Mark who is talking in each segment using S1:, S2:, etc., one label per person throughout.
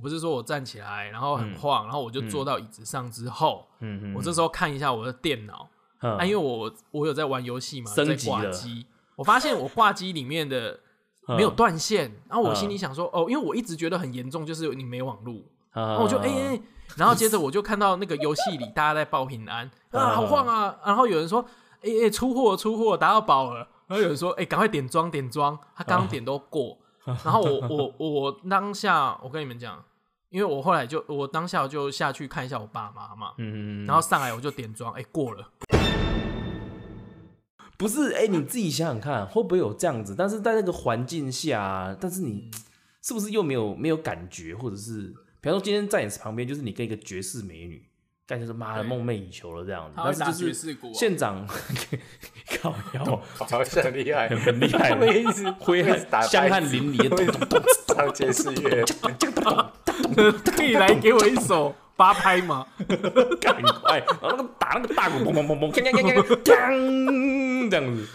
S1: 不是说我站起来，然后很晃，然后我就坐到椅子上之后，
S2: 嗯嗯嗯，
S1: 我这时候看一下我的电脑，
S2: 嗯
S1: 啊，因为我我有在玩游戏嘛，
S2: 升
S1: 在
S2: 级
S1: 挂
S2: 了
S1: 机，我发现我挂机里面的没有
S2: 嗯
S1: 断线，然后我心里
S2: 嗯
S1: 想说，哦，因为我一直觉得很严重，就是你没网路，
S2: 然
S1: 然后我就哎、
S2: 嗯
S1: 哎，哎然后接着我就看到那个游戏里大家在报平安啊，好晃啊，然后有人说哎哎、出货出货打到宝了，然后有人说哎、赶快点装点装，他刚刚点都过，然后我我我我当下我跟你们讲，因为我后来就我当下就下去看一下我爸妈嘛，
S2: 嗯，嗯嗯
S1: 然后上来我就点装，哎、过 了，
S2: 不是，哎、你自己想想看，会不会有这样子？但是在那个环境下啊，但是你是不是又没有没有感觉，或者是，比方说今天在你旁边就是你跟一个绝世美女，感觉是妈的
S1: 对
S2: 梦寐以求了这样子，
S1: 他会
S2: 但是
S1: 打
S2: 就
S1: 爵
S2: 是
S1: 士
S3: 啊
S1: 鼓、
S2: 县长 靠腰
S3: 好像 很厉害，
S2: 很厉害
S3: 我一直
S2: 挥
S3: 我一直打
S2: 汗香汗淋漓的咚咚咚
S3: 唱爵士乐，
S1: 可以来给我一首八拍吗？
S2: 赶快，然后那个打那个大鼓砰砰砰砰，锵锵锵锵锵锵，这样子。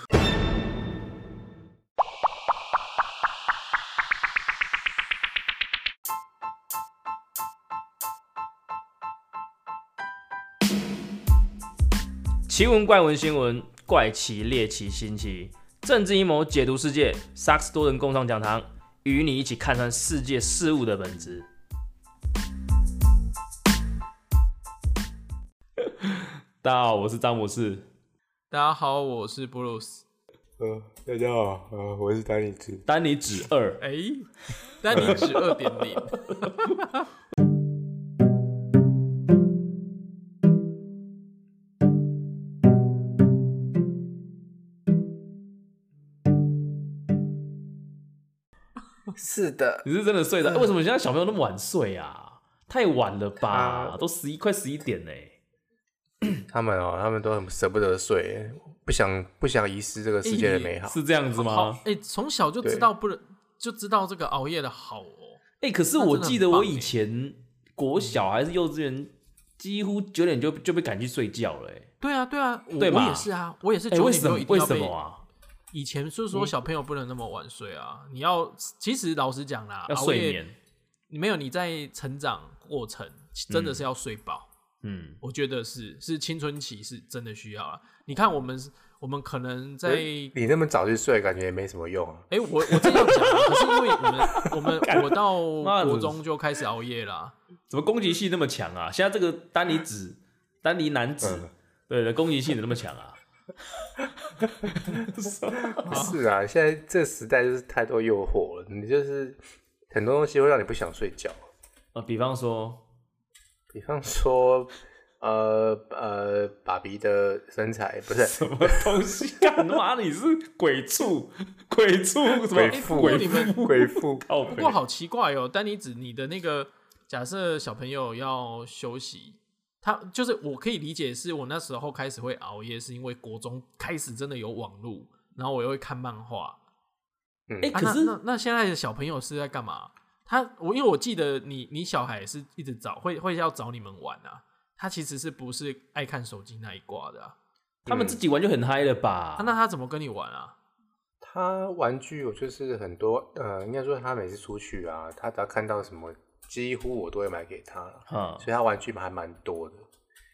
S2: 奇闻怪闻新闻，怪奇猎奇新奇，政治阴谋解读世界，萨克斯多人共创讲堂，与你一起看穿世界事物的本质。大家好，我是詹姆士。
S1: 大家好，我是布鲁斯。
S3: 嗯，大家好，呃，我是丹尼兹，
S2: 丹尼指二，
S1: 哎、但你只二点零，
S3: 是的，
S2: 你是真的睡
S1: 嗯
S2: 着？为什么现在小朋友那么晚睡啊？太晚了吧？
S3: 啊
S2: 都十一快十一点嘞、
S3: 他们哦，他们都很舍不得睡，不想不想遗失这个世界的美好，
S2: 是这样子
S1: 好
S2: 吗？
S1: 哎，从、小就知道不能，就知道这个熬夜的好哦。
S2: 哎、可是我记得我
S1: 欸
S2: 以前国小还是幼稚园，几乎九点就就被赶去睡觉了、欸。
S1: 对啊，对啊，我
S2: 对
S1: 我
S2: 嘛
S1: 也是啊，我也是
S2: 哎、
S1: 九
S2: 为
S1: 点
S2: 什
S1: 就
S2: 么
S1: 一？定
S2: 为
S1: 要
S2: 什
S1: 被。
S2: 么嗯啊？
S1: 以前就是说小朋友不能那么晚睡啊，你要其实老实讲啦，
S2: 要
S1: 熬
S2: 睡
S1: 夜
S2: 眠。
S1: 没有你在成长过程真的是要睡饱，
S2: 嗯，
S1: 我觉得是是青春期是真的需要啊。你看我们我们可能在
S3: 你那么早去睡，感觉也没什么用啊。
S1: 哎、我我这样讲啊，可是因为我们我 们我到
S2: 妈的
S1: 国中就开始熬夜啦、
S2: 怎么攻击性那么强啊？现在这个丹尼子、
S1: 嗯
S2: 丹尼男子，
S3: 嗯
S2: 对的，攻击性怎么那么强啊？
S3: 是啊，现在这时代就是太多诱惑了，你就是很多东西会让你不想睡觉。
S2: 呃，比方说，
S3: 比方说，呃呃，爸比的身材不是
S2: 什么东西？ 干妈的，你是鬼畜，鬼畜什么
S3: 鬼
S1: 哎、
S3: 父
S1: 不过你们
S3: 贵妇，
S2: 靠
S1: 不
S2: 北
S1: 过好奇怪哦，丹尼子，你的那个假设小朋友要休息，他就是我可以理解，是我那时候开始会熬夜，是因为国中开始真的有网络，然后我又会看漫画。
S3: 嗯
S2: 哎、
S1: 啊、
S2: 可是
S1: 那那那现在的小朋友是在干嘛？他我因为我记得你你小孩是一直找会会要找你们玩啊，他其实是不是爱看手机那一挂的啊？
S2: 他们自己玩就很嗨了吧？
S1: 啊那他怎么跟你玩啊？
S3: 他玩具我就是很多，呃，应该说他每次出去啊，他只要看到什么，几乎我都会买给他啦，
S1: 哦
S2: 嗯
S3: 所以他玩具还蛮多的。
S1: 啊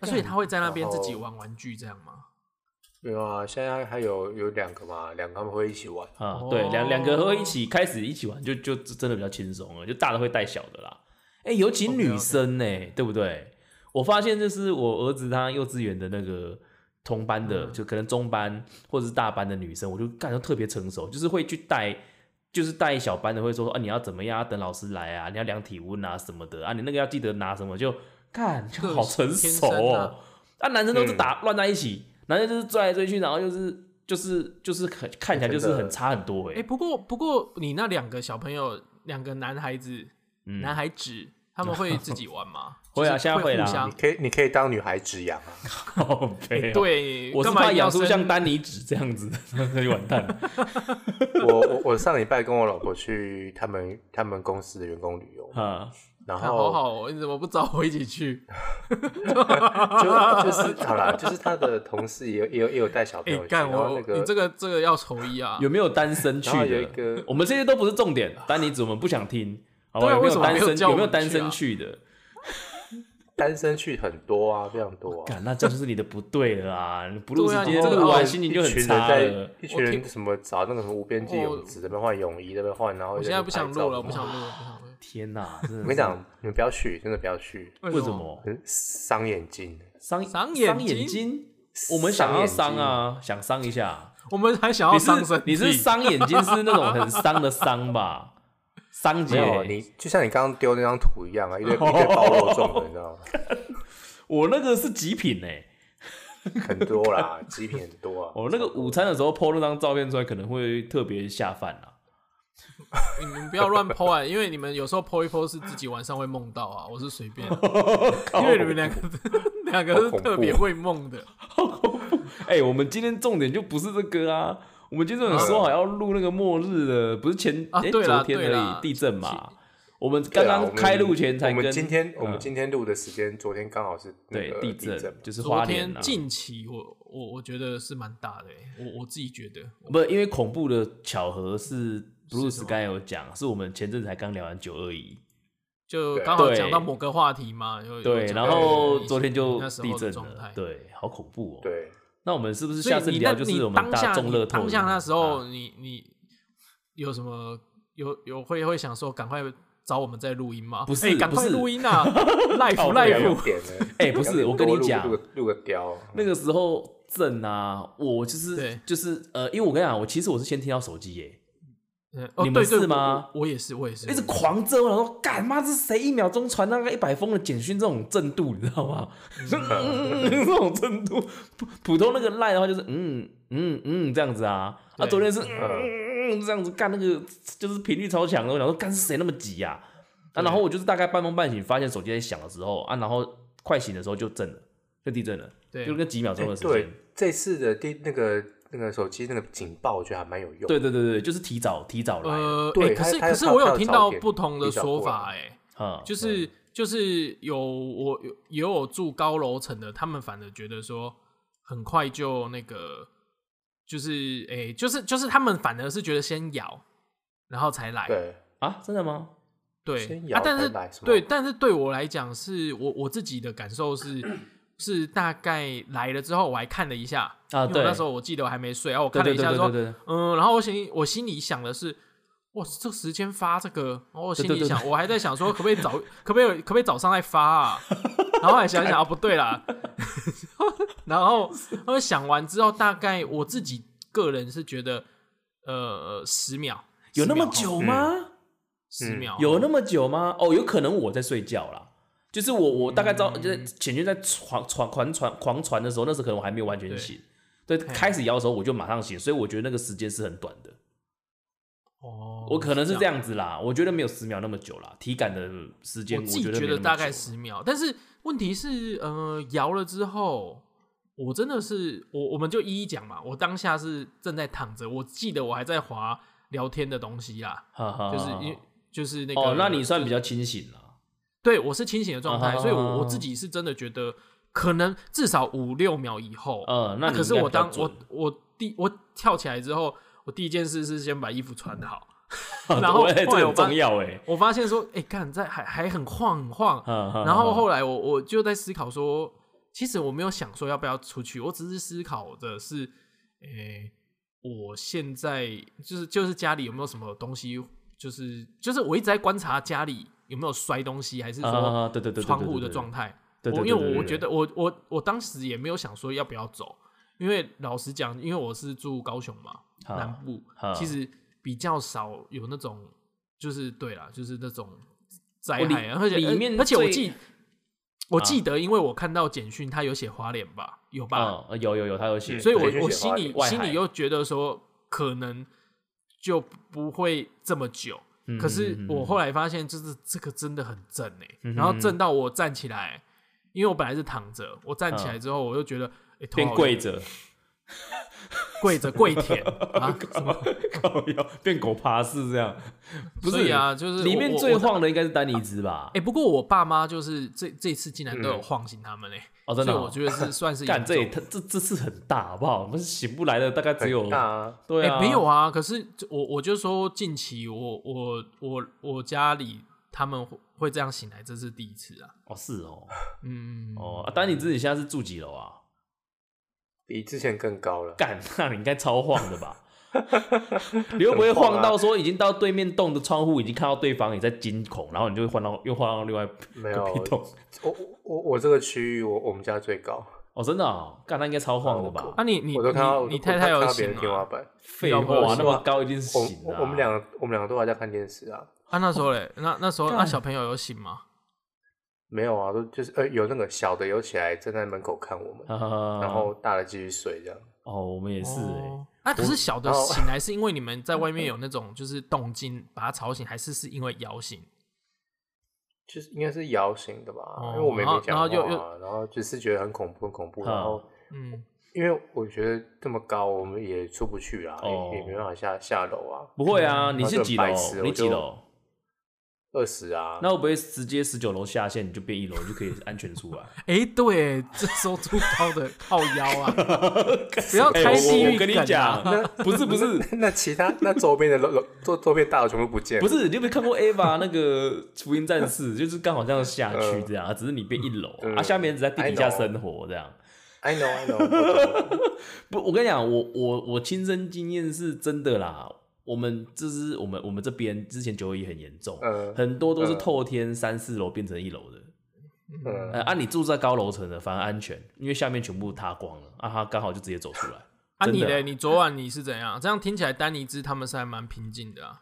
S1: 所以他会在那边自己
S3: 然后
S1: 玩玩具这样吗？
S3: 没有啊，现在还有有两个嘛，两个他们会一起玩。
S2: 啊、
S1: 哦
S2: 对，两两个会一起开始一起玩，就就真的比较轻松了，就大的会带小的啦。哎、尤其
S1: OK，OK
S2: 女生呢、对不对？我发现就是我儿子他幼稚园的那个同班的，
S1: 嗯
S2: 就可能中班或者是大班的女生，我就感觉特别成熟，就是会去带。就是带小班的会说啊，你要怎么样？要等老师来啊，你要量体温啊什么的啊，你那个要记得拿什么就看，就好成熟
S1: 天生
S2: 哦、
S1: 啊
S2: 啊，男生都是
S3: 嗯
S2: 打乱在一起，男生就是追来追去，然后就是就是就是很看起来就是很差很多哎、
S1: 哎、 不过不过你那两个小朋友，两个男孩子，
S2: 嗯
S1: 男孩子，他们会自己玩 吗？
S2: 会啊
S1: 就是
S2: 现在会啦
S1: 互相
S3: 你可以，你可以当女孩子养啊，
S2: 靠背哦，
S1: 对，
S2: 我是
S1: 干嘛
S2: 怕
S1: 一定要
S2: 养出
S1: 生
S2: 像丹尼纸这样子， 那就完 蛋了。
S3: 我我我上礼拜跟我老婆去他们他们公司的员工旅游，
S2: 啊，
S3: 然
S1: 啊好
S3: 后
S1: 好哦，你怎么不找我一起 去？
S3: 就就是好啦，就是他的同事也有也有也有带小朋
S1: 哎、
S3: 友去，
S1: 干
S3: 然
S1: 我
S3: 后那
S1: 我，你这
S3: 个
S1: 个这个要酬一啊
S2: 有！没有单身去
S3: 然后有一
S2: 的
S3: 个？
S2: 我们这些都不是重点，丹尼纸我们不想听。好
S1: 对
S2: 吧？
S1: 啊
S2: 有没
S1: 为什
S2: 有
S1: 么
S2: 单
S1: 没有
S2: 身？
S1: 叫我
S2: 有没有
S1: 们
S2: 单
S1: 去啊
S2: 身去的？
S3: 单身去很多啊，非常多啊。
S2: 干，那这样就是你的不对了啊！你不录
S1: 对啊
S2: 是
S1: 你
S2: 今
S1: 这
S2: 天
S1: 个
S2: 录
S1: 玩
S2: 完
S1: 意
S2: 心情就很
S3: 哦一群
S2: 差
S3: 人
S2: 了哦
S3: 在。一群人什么找那个什么无边际
S1: 我
S3: 泳池，这边换泳衣，这边换，然后
S1: 我
S3: 在
S1: 现
S3: 那
S1: 在
S3: 边
S1: 不想
S3: 拍照
S1: 录了，
S3: 什
S1: 不
S3: 么
S1: 想录了，不想录了。
S2: 天哪，真的
S3: 我
S2: 是
S3: 跟你讲，你们不要去，真的不要去，
S2: 为什？么
S3: 很伤眼睛。
S2: 伤
S1: 伤眼
S2: 眼
S1: 睛
S2: 睛？我们想要伤
S3: 伤
S2: 啊，想伤一下。
S1: 我们还想要
S2: 你是
S1: 伤身体
S2: 你是伤眼睛是那种很伤的伤 吧？伤
S3: 没
S2: 姐，
S3: 有，你就像你刚刚丢那张图一样啊，一 堆一堆包肉粽的，你知道吗？
S2: 我那个是极品哎、
S3: 很多啦，极品很多啊。
S2: 我哦那个午餐的时候 PO 那张照片出来，可能会特别下饭啊。
S1: 你们不要乱剖啊，因为你们有时候剖一剖是自己晚上会梦到啊，我是随便， 因为你们两个两个是 特别会梦的。
S2: 哎、我们今天重点就不是这个啊，我们今天重点说好要录那个末日的，不是前
S1: 啊
S2: 哎、
S1: 对啦
S2: 昨天
S1: 对啦
S2: 而已地震嘛。我们
S3: 对
S2: 刚
S3: 啊我
S2: 刚
S3: 们
S2: 开录前才跟
S3: 我们今天我们
S2: 嗯
S3: 今天录的时间，昨天刚好是那
S2: 对
S3: 个
S2: 地
S3: 震嘛，
S2: 就是
S1: 昨
S2: 花莲
S1: 天
S2: 啊，
S1: 近期我我我觉得是蛮大的欸、我我自己觉得，
S2: 不因为恐怖的巧合是 Blue
S1: 什么
S2: Sky 有讲，是我们前阵子才刚聊完九二一，
S1: 就
S3: 对
S1: 刚好
S2: 对
S1: 讲到某个话题嘛，有有
S2: 对，
S1: 讲
S2: 然
S1: 到
S2: 后
S1: 疫
S2: 昨天就
S1: 那时候
S2: 地
S1: 的
S2: 震
S1: 状态
S2: 了，对，好恐怖哦。，
S3: 对，
S2: 那我们是不是
S1: 所以
S2: 下次
S1: 你
S2: 聊
S1: 那
S2: 就是
S1: 你
S2: 我们
S1: 当
S2: 大
S1: 下
S2: 众
S1: 你
S2: 乐透
S1: 当下那时
S2: 啊
S1: 候你你有什么有有会会想说赶快找我们再录音吗？
S2: 不是
S1: 哎赶快
S2: 不是
S1: 录音 啊！Life
S2: 靠
S3: 不
S2: 北
S3: 要
S1: Life，
S3: 有点呢。
S2: 哎不是
S3: 要
S2: 我跟你
S3: 多录
S2: 讲
S3: 录个录个雕，
S2: 那个时候震啊，我就是
S1: 对
S2: 就是呃，因为我跟你讲，我其实我是先听到手机耶，
S1: 嗯哦
S2: 你们
S1: 对对
S2: 是吗
S1: 我我也是，我也是，
S2: 一直狂震，我想说，干妈这是谁一秒钟传那个一百封的简讯这种震度，你知道吗？就嗯嗯嗯 嗯这种震度，普普通那个赖的话就是嗯嗯嗯这样子啊，啊
S1: 对
S2: 昨天是嗯嗯嗯这样子干那个就是频率超强的，我想说干是谁那么急呀、啊？
S1: 对
S2: 然后我就是大概半梦半醒，发现手机在响的时候啊，然后快醒的时候就震了，就地震了，
S1: 对
S2: 就那几秒钟的时间
S3: 哎对。，这次的第那个那个手机那个警报，我觉得还蛮有用。
S2: 对对对对，就是提早提早来的，
S1: 呃，
S3: 对
S1: 哎可
S3: 他
S1: 是
S3: 他
S1: 可是
S3: 他
S1: 我
S3: 他
S1: 有
S3: 有
S1: 听
S3: 照
S1: 到
S3: 片
S1: 不同的
S3: 比较
S1: 说
S3: 过来
S1: 法、哎，
S2: 嗯，
S1: 就是就是有我有也有住高楼层的，他们反而觉得说很快就那个，就是诶、就是就是他们反而是觉得先摇，然后才来，
S3: 对
S2: 啊，真的吗？
S1: 对
S3: 先
S1: 啊
S3: 摇，
S1: 但
S3: 再
S1: 是
S3: 来是吗
S1: 对，但是对我来讲，是我我自己的感受是是大概来了之后，我还看了一下
S2: 啊
S1: 因为我
S2: 对
S1: 那时候我记得我还没睡，然后我
S2: 对
S1: 看了
S2: 对
S1: 一
S2: 对
S1: 下
S2: 对
S1: 说
S2: 对，对，
S1: 嗯，然后我心我心里想的是，哇，这时间发这个，然后我心
S2: 对
S1: 里
S2: 对对
S1: 想，我还在想说，可不可以早， 可不可以可不可以早上再发 啊？然后还想一想啊，不对啦， 然后然后想完之后，大概我自己个人是觉得，呃，十秒，
S2: 有那
S1: 10
S2: 么
S1: 秒哦，
S2: 久吗？
S1: 十秒哦，
S2: 嗯有那么久吗？哦，有可能我在睡觉啦。就是我，我大概知道，
S1: 嗯
S2: 就是简讯在传传狂传狂传的时候，那时候可能我还没有完全醒。对，开始摇的时候我就马上醒，所以我觉得那个时间是很短的。
S1: 哦，
S2: 我可能是
S1: 这
S2: 这样子啦，我觉得没有十秒那么久啦，体感的时间
S1: 我自己
S2: 觉
S1: 觉
S2: 得
S1: 得
S2: 没那么
S1: 大概
S2: 久
S1: 十秒，但是问题是，呃，摇了之后，我真的是我我们就一一讲嘛。我当下是正在躺着，我记得我还在滑聊天的东西啦，
S2: 哈哈
S1: 就是
S2: 哈哈
S1: 因就是那个
S2: 啊哦，那你算比较清醒了。
S1: 对我是清醒的状态，
S2: 啊
S1: 所以我我自己是真的觉得可能至少五六秒以后，
S2: 呃，
S1: 那
S2: 你
S1: 啊可是
S2: 应该
S1: 我
S2: 比较
S1: 当我
S2: 准
S1: 我第我跳起来之后，我第一件事是先把衣服穿好，
S2: 啊
S1: 然后
S2: 对这
S1: 后来我
S2: 个很
S1: 发
S2: 重要哎。
S1: 我发现说，哎、看在还还很晃很晃，然
S2: 然
S1: 后后来我我就在思考说，其实我没有想说要不要出去，我只是思考的是，诶、我现在就是就是家里有没有什么东西，就是就是我一直在观察家里有没有摔东西，还是说
S2: 啊，对对对，对
S1: 窗户的状，态。
S2: 对对
S1: 我
S2: 对
S1: 因
S2: 对
S1: 为
S2: 对
S1: 我
S2: 对
S1: 觉得我我我当时也没有想说要不要走，因为老实讲，因为我是住高雄嘛，
S2: 啊
S1: 南部
S2: 啊
S1: 其实比较少有那种，就是对啦，就是那种灾
S2: 哦里
S1: 害啊，而且
S2: 里面
S1: 而且我
S2: 最啊
S1: 记我记得，因为我看到简讯，他有写花脸吧，有吧，
S2: 啊，有有有，他有写，
S3: 嗯
S1: 所以
S3: 对
S1: 我
S3: 就
S1: 我
S3: 写
S1: 心
S3: 花
S1: 里
S2: 脸外
S1: 心
S2: 海
S1: 里又觉得说可能就不会这么久。
S2: 嗯
S1: 可是
S2: 嗯嗯
S1: 我
S2: 嗯
S1: 后来发现，就是这个真的很震哎、
S2: 嗯
S1: 然后
S2: 哼
S1: 震到我站起来，因为我本来是躺着，我站起
S2: 嗯
S1: 来之后，我就觉得哎，头
S2: 变
S1: 好
S2: 跪
S1: 晕
S2: 着，
S1: 跪着跪 舔啊，什么？
S2: 靠腰变狗爬式这样，不
S1: 所
S2: 是
S1: 以，啊，就是
S2: 里
S1: 我
S2: 面
S1: 我
S2: 最
S1: 我
S2: 晃的应该是丹尼兹吧
S1: 哎、？不过我爸妈就是这这次竟然都有
S3: 嗯
S1: 晃醒他们嘞、
S2: 哦，真的
S1: 所
S2: 哦，
S1: 以我觉得是算 是
S2: 干
S1: 严
S2: 这也
S1: 重
S2: 他这这次很大好不好？我们醒不来的大概只有
S3: 很大啊，
S2: 对
S1: 哎、
S2: 啊，
S1: 没有啊。可是这我我就说近期我我我我家里他们会会这样醒来，这是第一次啊。
S2: 哦，是哦，
S1: 嗯，
S2: 哦，啊丹、尼自己现在是住几楼啊？
S3: 比之前更高了。
S2: 干，那你应该超晃的 吧？你会不会
S3: 啊
S2: 晃到说已经到对面栋的窗户，已经看到对方也在惊恐，然后你就会晃到又晃到另外
S3: 没有
S2: 隔壁栋？
S3: 我我我我这个区域，我我们家最高，
S2: 哦，真的哦，干，那应该超晃的吧？
S1: 啊你你
S3: 我都看到
S1: 你你
S3: 我
S1: 太太
S3: 我看
S1: 有
S3: 到别人
S1: 醒
S3: 天花
S1: 啊？
S3: 板。
S2: 废话
S1: 老婆，
S2: 那么高一定是
S3: 我
S2: 醒啊的、
S3: 我我们两个我们两个都还在看电视啊，
S1: 啊那时候嘞，那那时候那
S2: 干
S1: 小朋友有醒吗？
S3: 没有啊，都就是呃有那个小的有起来站在门口看我们，
S2: 啊，
S3: 然后大的继续睡这样。
S2: 哦，我们也是哎、
S1: 哦啊，可是小的
S3: 欸然后
S1: 醒来是因为你们在外面有那种就是动静把他吵醒，还是是因为摇醒？
S3: 就是应该是摇醒的吧，
S1: 哦
S3: 因为我们也没讲话、啊，
S1: 然后然后又
S3: 然后就是觉得很恐怖，很恐怖。
S2: 嗯
S3: 然后
S1: 嗯，
S3: 因为我觉得这么高，我们也出不去啊，
S2: 哦
S3: 也也没办法下下楼啊，
S2: 不会啊，
S3: 嗯
S2: 你是几楼
S3: 然后就很白痴？我
S2: 你几
S3: 就
S2: 楼？
S3: 二十啊，
S2: 那会不会直接十九楼下线，你就变一楼，你就可以安全 出来？
S1: 哎，对， 这时候最高的靠腰啊，不要
S2: 哎
S1: 开
S2: 我
S1: 地
S2: 我
S1: 狱
S2: 跟你
S1: 梗啊
S2: 讲， 不是不是
S3: 那其他那周边的楼楼周周边大楼全部不见
S2: 不
S3: 了，
S2: 是，你有没有看过 Ava 那个福音战士？就是刚好这样下去这样，只是你变一楼
S3: 嗯
S2: 啊，下面人只在地底下
S3: I know
S2: 生活这样。
S3: I know I know，我懂我懂
S2: 不，我跟你讲，我我我亲身经验是真的啦。我们这是我们我们这边之前九二一很严重，
S3: 嗯
S2: 很多都是
S3: 嗯
S2: 透天三四楼变成一楼的。
S3: 嗯
S2: 呃，啊，你住在高楼层的反而安全，因为下面全部塌光了，啊，他刚好就直接走出来。
S1: 啊
S2: 真
S1: 你
S2: 的啊
S1: 嘞，你昨晚你是怎样？这样听起来丹尼兹他们是还蛮平静的啊。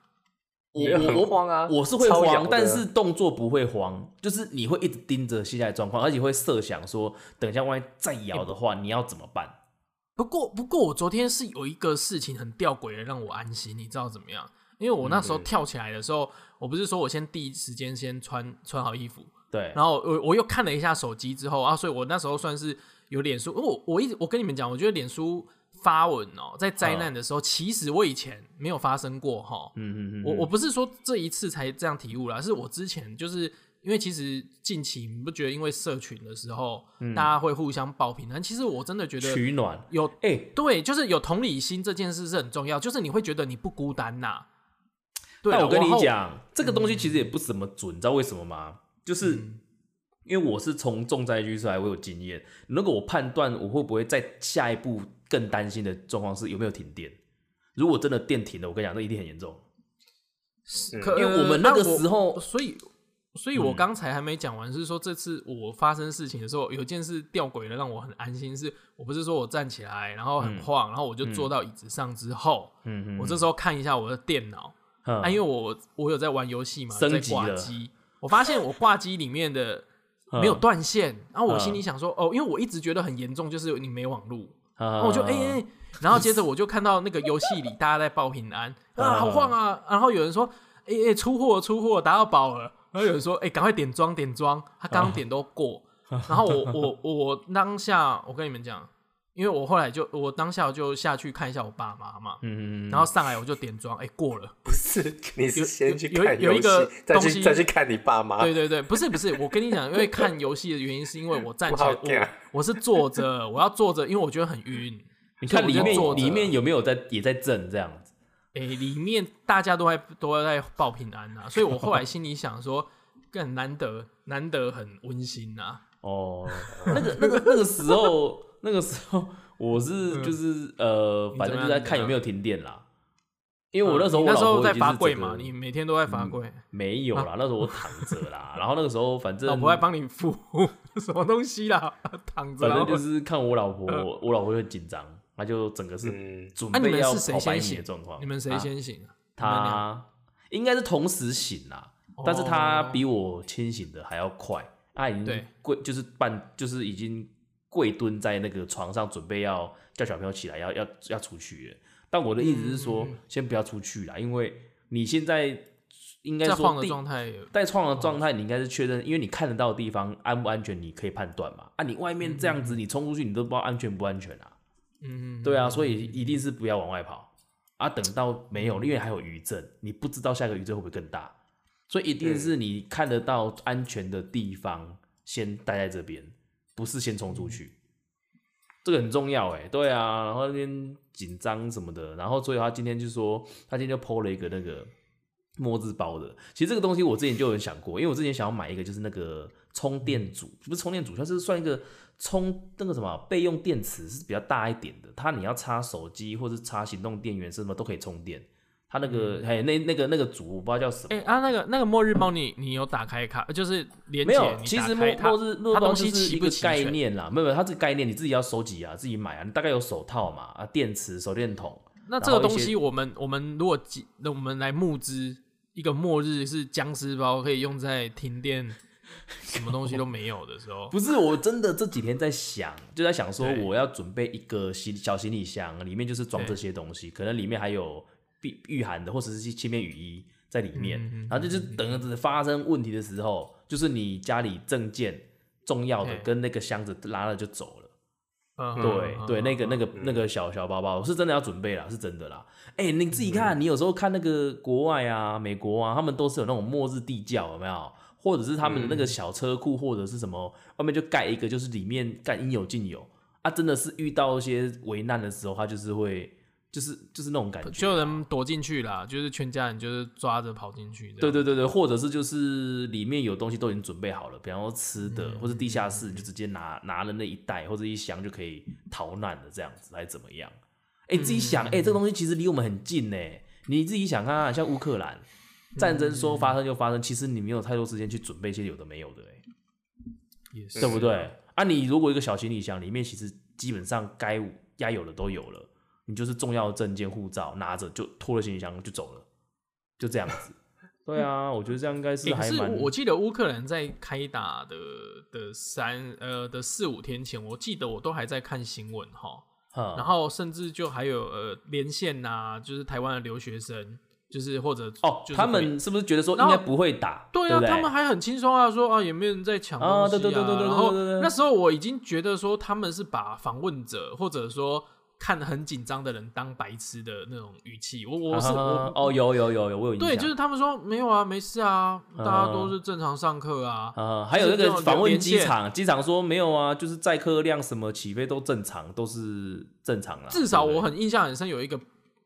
S2: 我
S3: 也很
S2: 我
S3: 慌啊
S2: 我是会
S3: 超摇
S2: 慌
S3: 的，
S2: 但是动作不会慌，就是你会一直盯着现在的状况，而且会设想说，等一下万一再摇的话，你要怎么办？
S1: 不过，不过我昨天是有一个事情很吊诡的让我安心，你知道怎么样？因为我那
S2: 嗯
S1: 时候跳起来的时候，我不是说我先第一时间先穿穿好衣服，
S2: 对，
S1: 然后我我又看了一下手机之后啊，所以我那时候算是有脸书，因为我我一直我跟你们讲，我觉得脸书发文哦，在
S2: 啊
S1: 灾难的时候，其实我以前没有发生过哈，
S2: 嗯嗯嗯，
S1: 我我不是说这一次才这样体悟啦，是我之前就是因为其实近期你不觉得因为社群的时候，
S2: 嗯
S1: 大家会互相爆评，但其实我真的觉得
S2: 取暖。
S1: 有
S2: 哎、
S1: 对，就是有同理心这件事是很重要，就是你会觉得你不孤单呐、对啊，
S2: 但我跟你
S1: 后，
S2: 讲，嗯这个东西其实也不怎么准，你知道为什么吗？就是因为我是从重灾区出来，我有经验。如果我判断我会不会在下一步更担心的状况是有没有停电，如果真的电停了，我跟你讲，那一定很严重。
S1: 可
S2: 因为我们那个
S1: 呃
S2: 时候嗯
S1: 我所以，所以我刚才还没讲完，是说这次我发生事情的时候，有件事吊诡的让我很安心，是我不是说我站起来，然后很晃，然后我就坐到椅子上之后，
S2: 嗯
S1: 我这时候看一下我的电脑，
S2: 嗯
S1: 啊，因为我我有在玩游戏嘛，
S2: 升
S1: 在
S2: 级
S1: 挂
S2: 了嗯
S1: 机，我发现我挂机里面 的没有断线，然后我心里想说，哦，因为我一直觉得很严重，就是你没网路。然
S2: 啊
S1: 后我就哎、欸欸然后接着我就看到那个游戏里大家在报平 安啊，好晃
S2: 嗯
S1: 啊，然后有人说哎哎、欸出货出货打到饱了，然后有人说哎赶、快点装点装，他刚
S2: 嗯
S1: 刚点都 过，然后我我我当下我跟你们讲，因为我后来就我当下就下去看一下我爸妈嘛，
S2: 嗯，
S1: 然后上来我就点装，哎、过了，
S3: 不是你是先去
S1: 有有
S3: 看
S1: 有
S3: 游
S1: 一
S3: 戏
S1: 个，
S3: 再
S1: 东
S3: 去
S1: 西
S3: 再去看你爸妈，
S1: 对对对，不是不是，我跟你讲，因为看游戏的原因是因为我 站起来，
S3: 我好怕
S1: 我我是坐着， 我要坐着，因为我觉得很晕。
S2: 你看里
S1: 所以我
S2: 面
S1: 就坐着
S2: 里面有没有在也在震这样子？
S1: 诶、里面大家都在都在报平安呐、所以我后来心里想说， 更难得难得很温馨啊呐、
S2: 哦， 那个那个那个时候那个时候我是就是呃，
S1: 你
S2: 反
S1: 怎
S2: 正
S1: 么样
S2: 就在
S1: 你怎
S2: 看
S1: 么
S2: 有没有停电啦。因为我
S1: 嗯
S2: 那时候
S1: 你那
S2: 我老
S1: 时候
S2: 婆
S1: 在
S2: 已经
S1: 罚
S2: 是
S1: 跪
S2: 整
S1: 嘛，
S2: 个嗯
S1: 你每天都在罚跪，
S2: 没有啦，那时候我躺着啦，然后那个时候反正
S1: 啊老婆在帮你付 什么东西啦， 躺着。
S2: 反正就
S1: 然后嗯
S2: 是看我老婆，我老婆就很紧张，她就整个是
S3: 嗯，
S2: 准
S1: 啊，你
S2: 备
S1: 们
S2: 要
S1: 是谁
S2: 跑百
S1: 先
S2: 米的
S1: 醒
S2: 状况。
S1: 你们谁
S2: 啊？
S1: 先醒、啊？
S2: 她应该是同时醒啦，啊但是她比我清醒的还要快，她已经
S1: 哦对
S2: 跪，就是半，就是已经跪蹲在那个床上，准备要叫小朋友起来，要要要出去了。但我的意思是
S1: 嗯
S2: 说，先不要出去啦，因为你现在应该
S1: 在晃
S2: 说
S1: 的
S2: 第
S1: 状态也，
S2: 带创的状态，你应该是确认，因为你看得到的地方安不安全，你可以判断嘛。啊，你外面这样子，你冲出去，你都不知道安全不安全啊。
S1: 嗯，
S2: 对啊，所以一定是不要往外跑啊。等到没有，因为还有余震，你不知道下一个余震会不会更大，所以一定是你看得到安全的地方先待在这边，不是先冲出去。这个很重要哎，对啊，然后那边紧张什么的，然后所以他今天就说，他今天就 PO 了一个那个墨字包的。其实这个东西我之前就有想过，因为我之前想要买一个，就是那个充电组，不是充电组，它是算一个充那个什么备用电池是比较大一点的，它你要插手机或是插行动电源是什么都可以充电。它那个还有那那个那个组我不知道叫什么。
S1: 哎、啊，那个那个末日猫你，你有打开卡，就是连
S2: 没
S1: 接
S2: 有，
S1: 你
S2: 其
S1: 打
S2: 实末
S1: 开它
S2: 末日末日
S1: 它
S2: 包
S1: 东
S2: 就
S1: 西
S2: 是
S1: 齐
S2: 一
S1: 不
S2: 个
S1: 齐
S2: 概
S1: 全
S2: 念啦，没有没有，它这个概念你自己要收集啊，自己买啊，你大概有手套嘛，啊，电池、手电筒，
S1: 那
S2: 然
S1: 这个
S2: 后一
S1: 东
S2: 些
S1: 西，我们我们如果集，那我们来募资一个末日是僵尸包，可以用在停电，什么东西都没有的时候。
S2: 不是，我真的这几天在想，就在想说
S1: 对
S2: 我要准备一个行小行李箱，里面就是装这些东西，可能里面还有避御寒的或者是一千片雨衣在里面，
S1: 嗯
S2: 然后就是等着发生问题的时候，就是你家里证件重要的
S1: 对
S2: 跟那个箱子拉了就走了。
S1: 嗯
S2: 对
S1: 嗯
S2: 对，
S1: 嗯
S2: 那个那个那个小小包包我是真的要准备啦，是真的啦。哎、你自己
S1: 嗯
S2: 看，你有时候看那个国外啊、美国啊，他们都是有那种末日地窖，有没有？或者是他们的那
S1: 嗯
S2: 个小车库，或者是什么，外面就盖一个，就是里面干应有尽有啊！真的是遇到一些危难的时候，他就是会，就是就是那种感觉啊，
S1: 就有人躲进去啦，就是全家人就是抓着跑进去。
S2: 对，对对对，或者是就是里面有东西都已经准备好了，比方说吃的，或者地下室你就直接拿拿了那一袋或者一箱就可以逃难的这样子，还是怎么样？哎、自己想，哎、这个东西其实离我们很近呢。你自己想看看，像乌克兰战争说发生就发生，其实你没有太多时间去准备一些有的没有的、哎，
S1: 也是
S2: 对不对？啊，你如果一个小行李箱里面其实基本上该该有的都有了，你就是重要的证件、护照拿着就拖了行李箱就走了，就这 样子。对啊，我觉得这样应该是
S1: 欸可
S2: 还
S1: 是
S2: 蛮、
S1: 我我记得乌克兰在开打的的三呃的四五天前，我记得我都还在看新闻哈，
S2: 嗯
S1: 然后甚至就还有呃连线呐、就是台湾的留学生，就是或者
S2: 哦
S1: 就是，
S2: 他
S1: 会
S2: 们是不是觉得说
S1: 然
S2: 应
S1: 后
S2: 该不会打？
S1: 对
S2: 不
S1: 啊，
S2: 对
S1: 他们还很轻松啊，说啊也没有人在抢东西
S2: 啊对对对对对
S1: 然后
S2: 对对对
S1: 那时候我已经觉得说他们是把访问者或者说看得很紧张的人当白痴的那种语气，我我是
S2: 啊
S1: 我
S2: 哦，有有有有，我有印象。
S1: 对，就是他们说没有啊，没事啊，大
S2: 啊
S1: 家都是正常上课啊。
S2: 啊，还有那
S1: 就是这
S2: 个
S1: 种
S2: 访问
S1: 连
S2: 机
S1: 线
S2: 场，机场说没有啊，就是载客量什么起飞都正常，都是正常啦。
S1: 至少
S2: 对不
S1: 我
S2: 对
S1: 很印象很深，有一个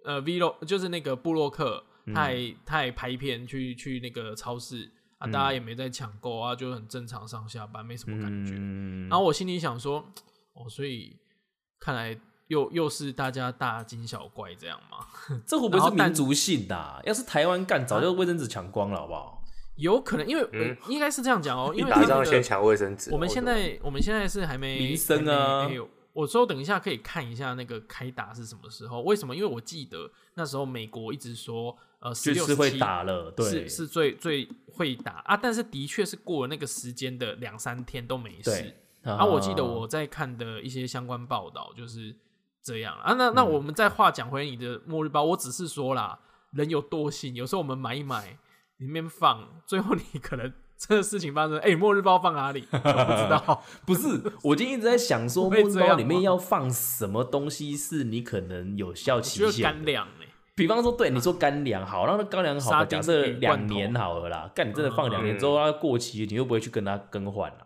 S1: 呃 vlog 就是那个布洛克，
S2: 嗯
S1: 他还他还拍片去去那个超市
S2: 嗯
S1: 啊，大家也没在抢购啊，就很正常上下班，没什么感觉。
S2: 嗯，
S1: 然后我心里想说，哦，所以看来又又是大家大惊小怪这样吗？
S2: 这会不会
S1: 然
S2: 是
S1: 后但
S2: 民族性的啊？要是台湾干，早就卫生纸抢光了，好不好？
S1: 有可能，因为、
S2: 嗯
S1: 呃应该是这样 讲哦、
S3: 一
S1: 因为
S3: 打
S1: 他
S3: 仗
S1: 们
S3: 先
S1: 的
S3: 抢卫生纸。
S1: 我们现
S3: 为什么
S1: 在我们现在是还没
S2: 民生啊
S1: 还没哎我说等一下可以看一下那个开打是什么时候？为什么？因为我记得那时候美国一直说，呃，十
S2: 就
S1: 六
S2: 是会打了，对，
S1: 是是最最会打啊，但是的确是过了那个时间的两三天都没事
S2: 对。
S1: 啊，我记得
S2: 嗯
S1: 我在看的一些相关报道就是这样啊。那那我们再话讲回你的末日包，我只是说啦，人有惰性，有时候我们买一买，里面放，最后你可能这个事情发生，哎、末日包放哪里？我不知道。
S2: 不是，我今天一直在想 说，
S1: 会
S2: 末日
S1: 这
S2: 包
S1: 样
S2: 里面
S1: 吗
S2: 要放什么东西是你可能有效期
S1: 就是
S2: 限的
S1: 干。粮哎、
S2: 比方说，对你说干粮好，那那干粮好吧，
S1: 沙丁
S2: 假设
S1: 鱼
S2: 两
S1: 罐头嗯
S2: 年好了啦，干你真的放两年之后它过期，你又不会去跟它更换啦，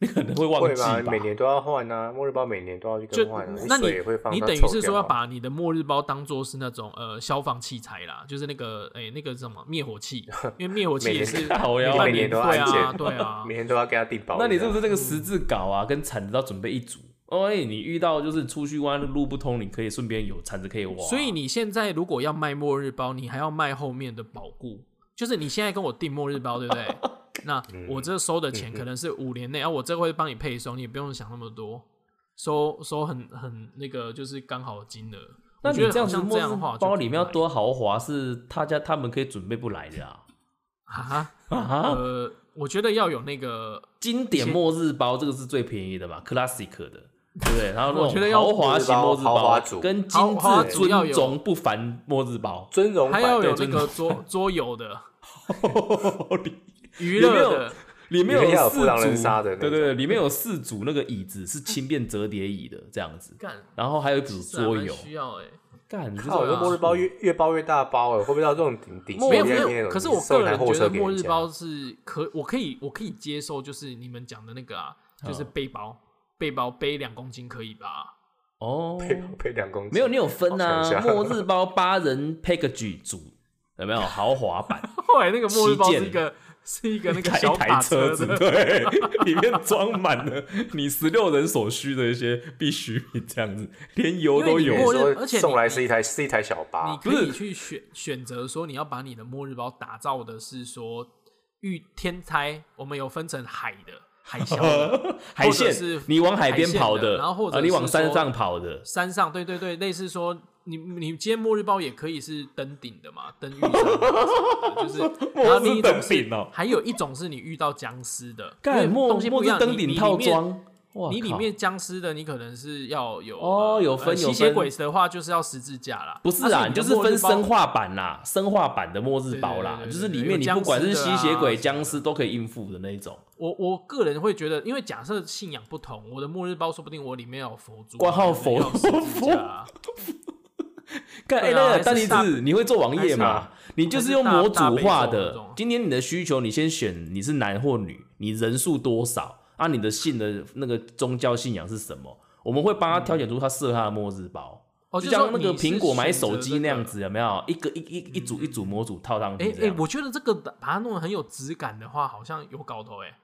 S2: 你可能会忘
S3: 会
S2: 记
S3: 吧？
S2: 吧？
S3: 每年都要换啊，末日包每年都要去
S1: 就
S3: 更换啊。
S1: 那
S3: 水
S1: 你
S3: 也会放，
S1: 你
S3: 它
S1: 等于
S3: 臭
S1: 是
S3: 掉
S1: 说要
S3: 啊
S1: 把你的末日包当做是那种呃消防器材啦，就是那个哎、那个是什么灭火器，因为灭火器
S3: 每
S1: 也
S3: 年
S1: 是
S2: 好呀
S1: 半
S2: 每
S1: 年
S3: 年都
S1: 对
S3: 安
S1: 啊
S3: 检
S1: 对 啊，
S3: 每天都要给他订包。
S2: 那你
S3: 知
S2: 是
S3: 道
S2: 不
S3: 吗
S2: 是那个十字镐啊，跟铲子都要准备一组？哦，哎，你遇到就是出去弯路不通，你可以顺便有铲子可以挖。
S1: 所以你现在如果要卖末日包，你还要卖后面的保固，就是你现在跟我订末日包，对不 对？那
S2: 嗯
S1: 我这收的钱可能是五年内，啊，我这会帮你配送，你也不用想那么多，收收很很那个就是刚好的金额。
S2: 那
S1: 我
S2: 你
S1: 觉得
S2: 这样
S1: 好
S2: 子
S1: 像
S2: 末
S1: 这
S2: 日
S1: 样的话，
S2: 包里面要多豪华，是他家他们可以准备不来的啊。
S1: 啊？
S2: 啊，
S1: 呃，我觉得要有那个
S2: 经典末日包这个是最便宜的嘛，classic 的，对不对？然后
S1: 我觉
S2: 那
S1: 得
S2: 种
S1: 要
S2: 豪华型末日
S3: 末日包豪
S2: 包
S3: 华组，
S2: 跟
S1: 豪
S2: 精
S1: 豪华
S2: 致
S1: 组要
S2: 尊
S1: 有
S2: 重不凡末 日包，
S3: 尊荣
S1: 还
S3: 版
S1: 要
S3: 的
S1: 有那
S2: 真
S1: 个桌桌游的娱
S2: 里面
S1: 乐
S2: 有
S1: 的，
S2: 里面
S3: 里面
S2: 有
S3: 有
S2: 四
S3: 富
S2: 组
S3: 狼人杀的那
S2: 对
S3: 种
S2: 对对，里面有四组那个椅子是轻便折叠椅的这样子，
S1: 干
S2: 然后还有一组
S1: 这还
S2: 桌
S1: 蛮
S2: 游，
S1: 需要哎、
S2: 干，你就是
S3: 靠，这
S1: 啊
S3: 末日包越越包越大包哎，会不会到这种顶顶级
S1: 没有，
S3: 面
S1: 可是可
S3: 那种
S1: 是
S3: 你
S1: 我
S3: 送
S1: 个
S3: 一台
S1: 人
S3: 货
S1: 觉
S3: 车
S1: 得
S3: 给
S1: 末
S3: 人
S1: 日
S3: 家
S1: 包是可，我可以我可以接受，就是你们讲的那个啊，就是
S2: 嗯
S1: 背包，背包背两公斤可以吧？
S2: 哦，
S1: 嗯
S3: 配配两公斤，
S2: 没有，你有分
S3: 好
S2: 啊，
S3: 想象
S2: 末日包八人 package 组有没有豪华版？
S1: 后来那个末日包
S2: 旗舰
S1: 是一个是一个那个
S2: 开
S1: 小
S2: 一台
S1: 卡
S2: 车子，
S1: 的，
S2: 对，里面装满了你十六人所需的一些必需品，这样子，连油都
S1: 因
S2: 有
S1: 为你。末日
S3: 说
S1: 而且你
S3: 送来是一台是一台小
S1: 你
S3: 巴，
S1: 可
S2: 不是、
S1: 以去选选择说你要把你的末日包打造的是说遇天灾，我们有分成海的、海啸的
S2: 海
S1: 或者
S2: 线
S1: 是，
S2: 你往海边
S1: 海线
S2: 跑
S1: 的然后或者
S2: 啊，你往
S1: 是
S2: 山
S1: 说
S2: 上跑的，
S1: 山上，对对对，类似说你你今天末日包也可以是登顶的嘛，登玉山的，就是然后另一种
S2: 末日登
S1: 是
S2: 顶哦
S1: 还有一种是你遇到僵尸的，因为
S2: 干末
S1: 东西
S2: 末
S1: 不一
S2: 日
S1: 样，
S2: 登
S1: 你
S2: 顶
S1: 你
S2: 套
S1: 里面
S2: 装，哇
S1: 你里
S2: 靠
S1: 面僵尸的，你可能是要有
S2: 哦
S1: 呃
S2: 有
S1: 呃
S2: 分有
S1: 吸血
S2: 分
S1: 鬼的话，就是要十字架啦。
S2: 不是
S1: 啊所以
S2: 啊，你
S1: 你
S2: 就
S1: 的
S2: 是
S1: 末日
S2: 分
S1: 包
S2: 生化版啦，生化版的末日包啦，
S1: 对对对对
S2: 就是里
S1: 对
S2: 面
S1: 有
S2: 你
S1: 僵
S2: 不管
S1: 尸
S2: 是
S1: 的
S2: 吸
S1: 啊
S2: 血鬼、
S1: 什么
S2: 僵
S1: 的
S2: 尸都可以应付的那一种。
S1: 我我个人会觉得，因为假设信仰不同，我的末日包说不定我里面有佛珠啊，
S2: 挂号
S1: 或者
S2: 佛
S1: 有十字架啊
S2: 干哎、
S1: 对啊
S2: 那
S1: 还
S2: 个
S1: 是
S2: 丹尼
S1: 大
S2: 子，你会做网页
S1: 还
S2: 吗？你就
S1: 还
S2: 是
S1: 是
S2: 用
S1: 大
S2: 模
S1: 大
S2: 组
S1: 悲
S2: 化
S1: 咒那
S2: 的
S1: 种。
S2: 今天你的需求，你先选你是男或女，你人数多少啊？你的信的那个宗教信仰是什么？我们会帮他挑选出他适合他的末日包。
S1: 哦，
S2: 就
S1: 就是
S2: 像
S1: 说
S2: 那个
S1: 你是
S2: 苹果买
S1: 选择
S2: 手机那
S1: 这
S2: 样
S1: 个嗯
S2: 子，有没有？一个一一一组一组模组套上去
S1: 哎
S2: 这
S1: 哎
S2: 样，。
S1: 我觉得这个把它弄得很有质感的话，好像有搞头哎。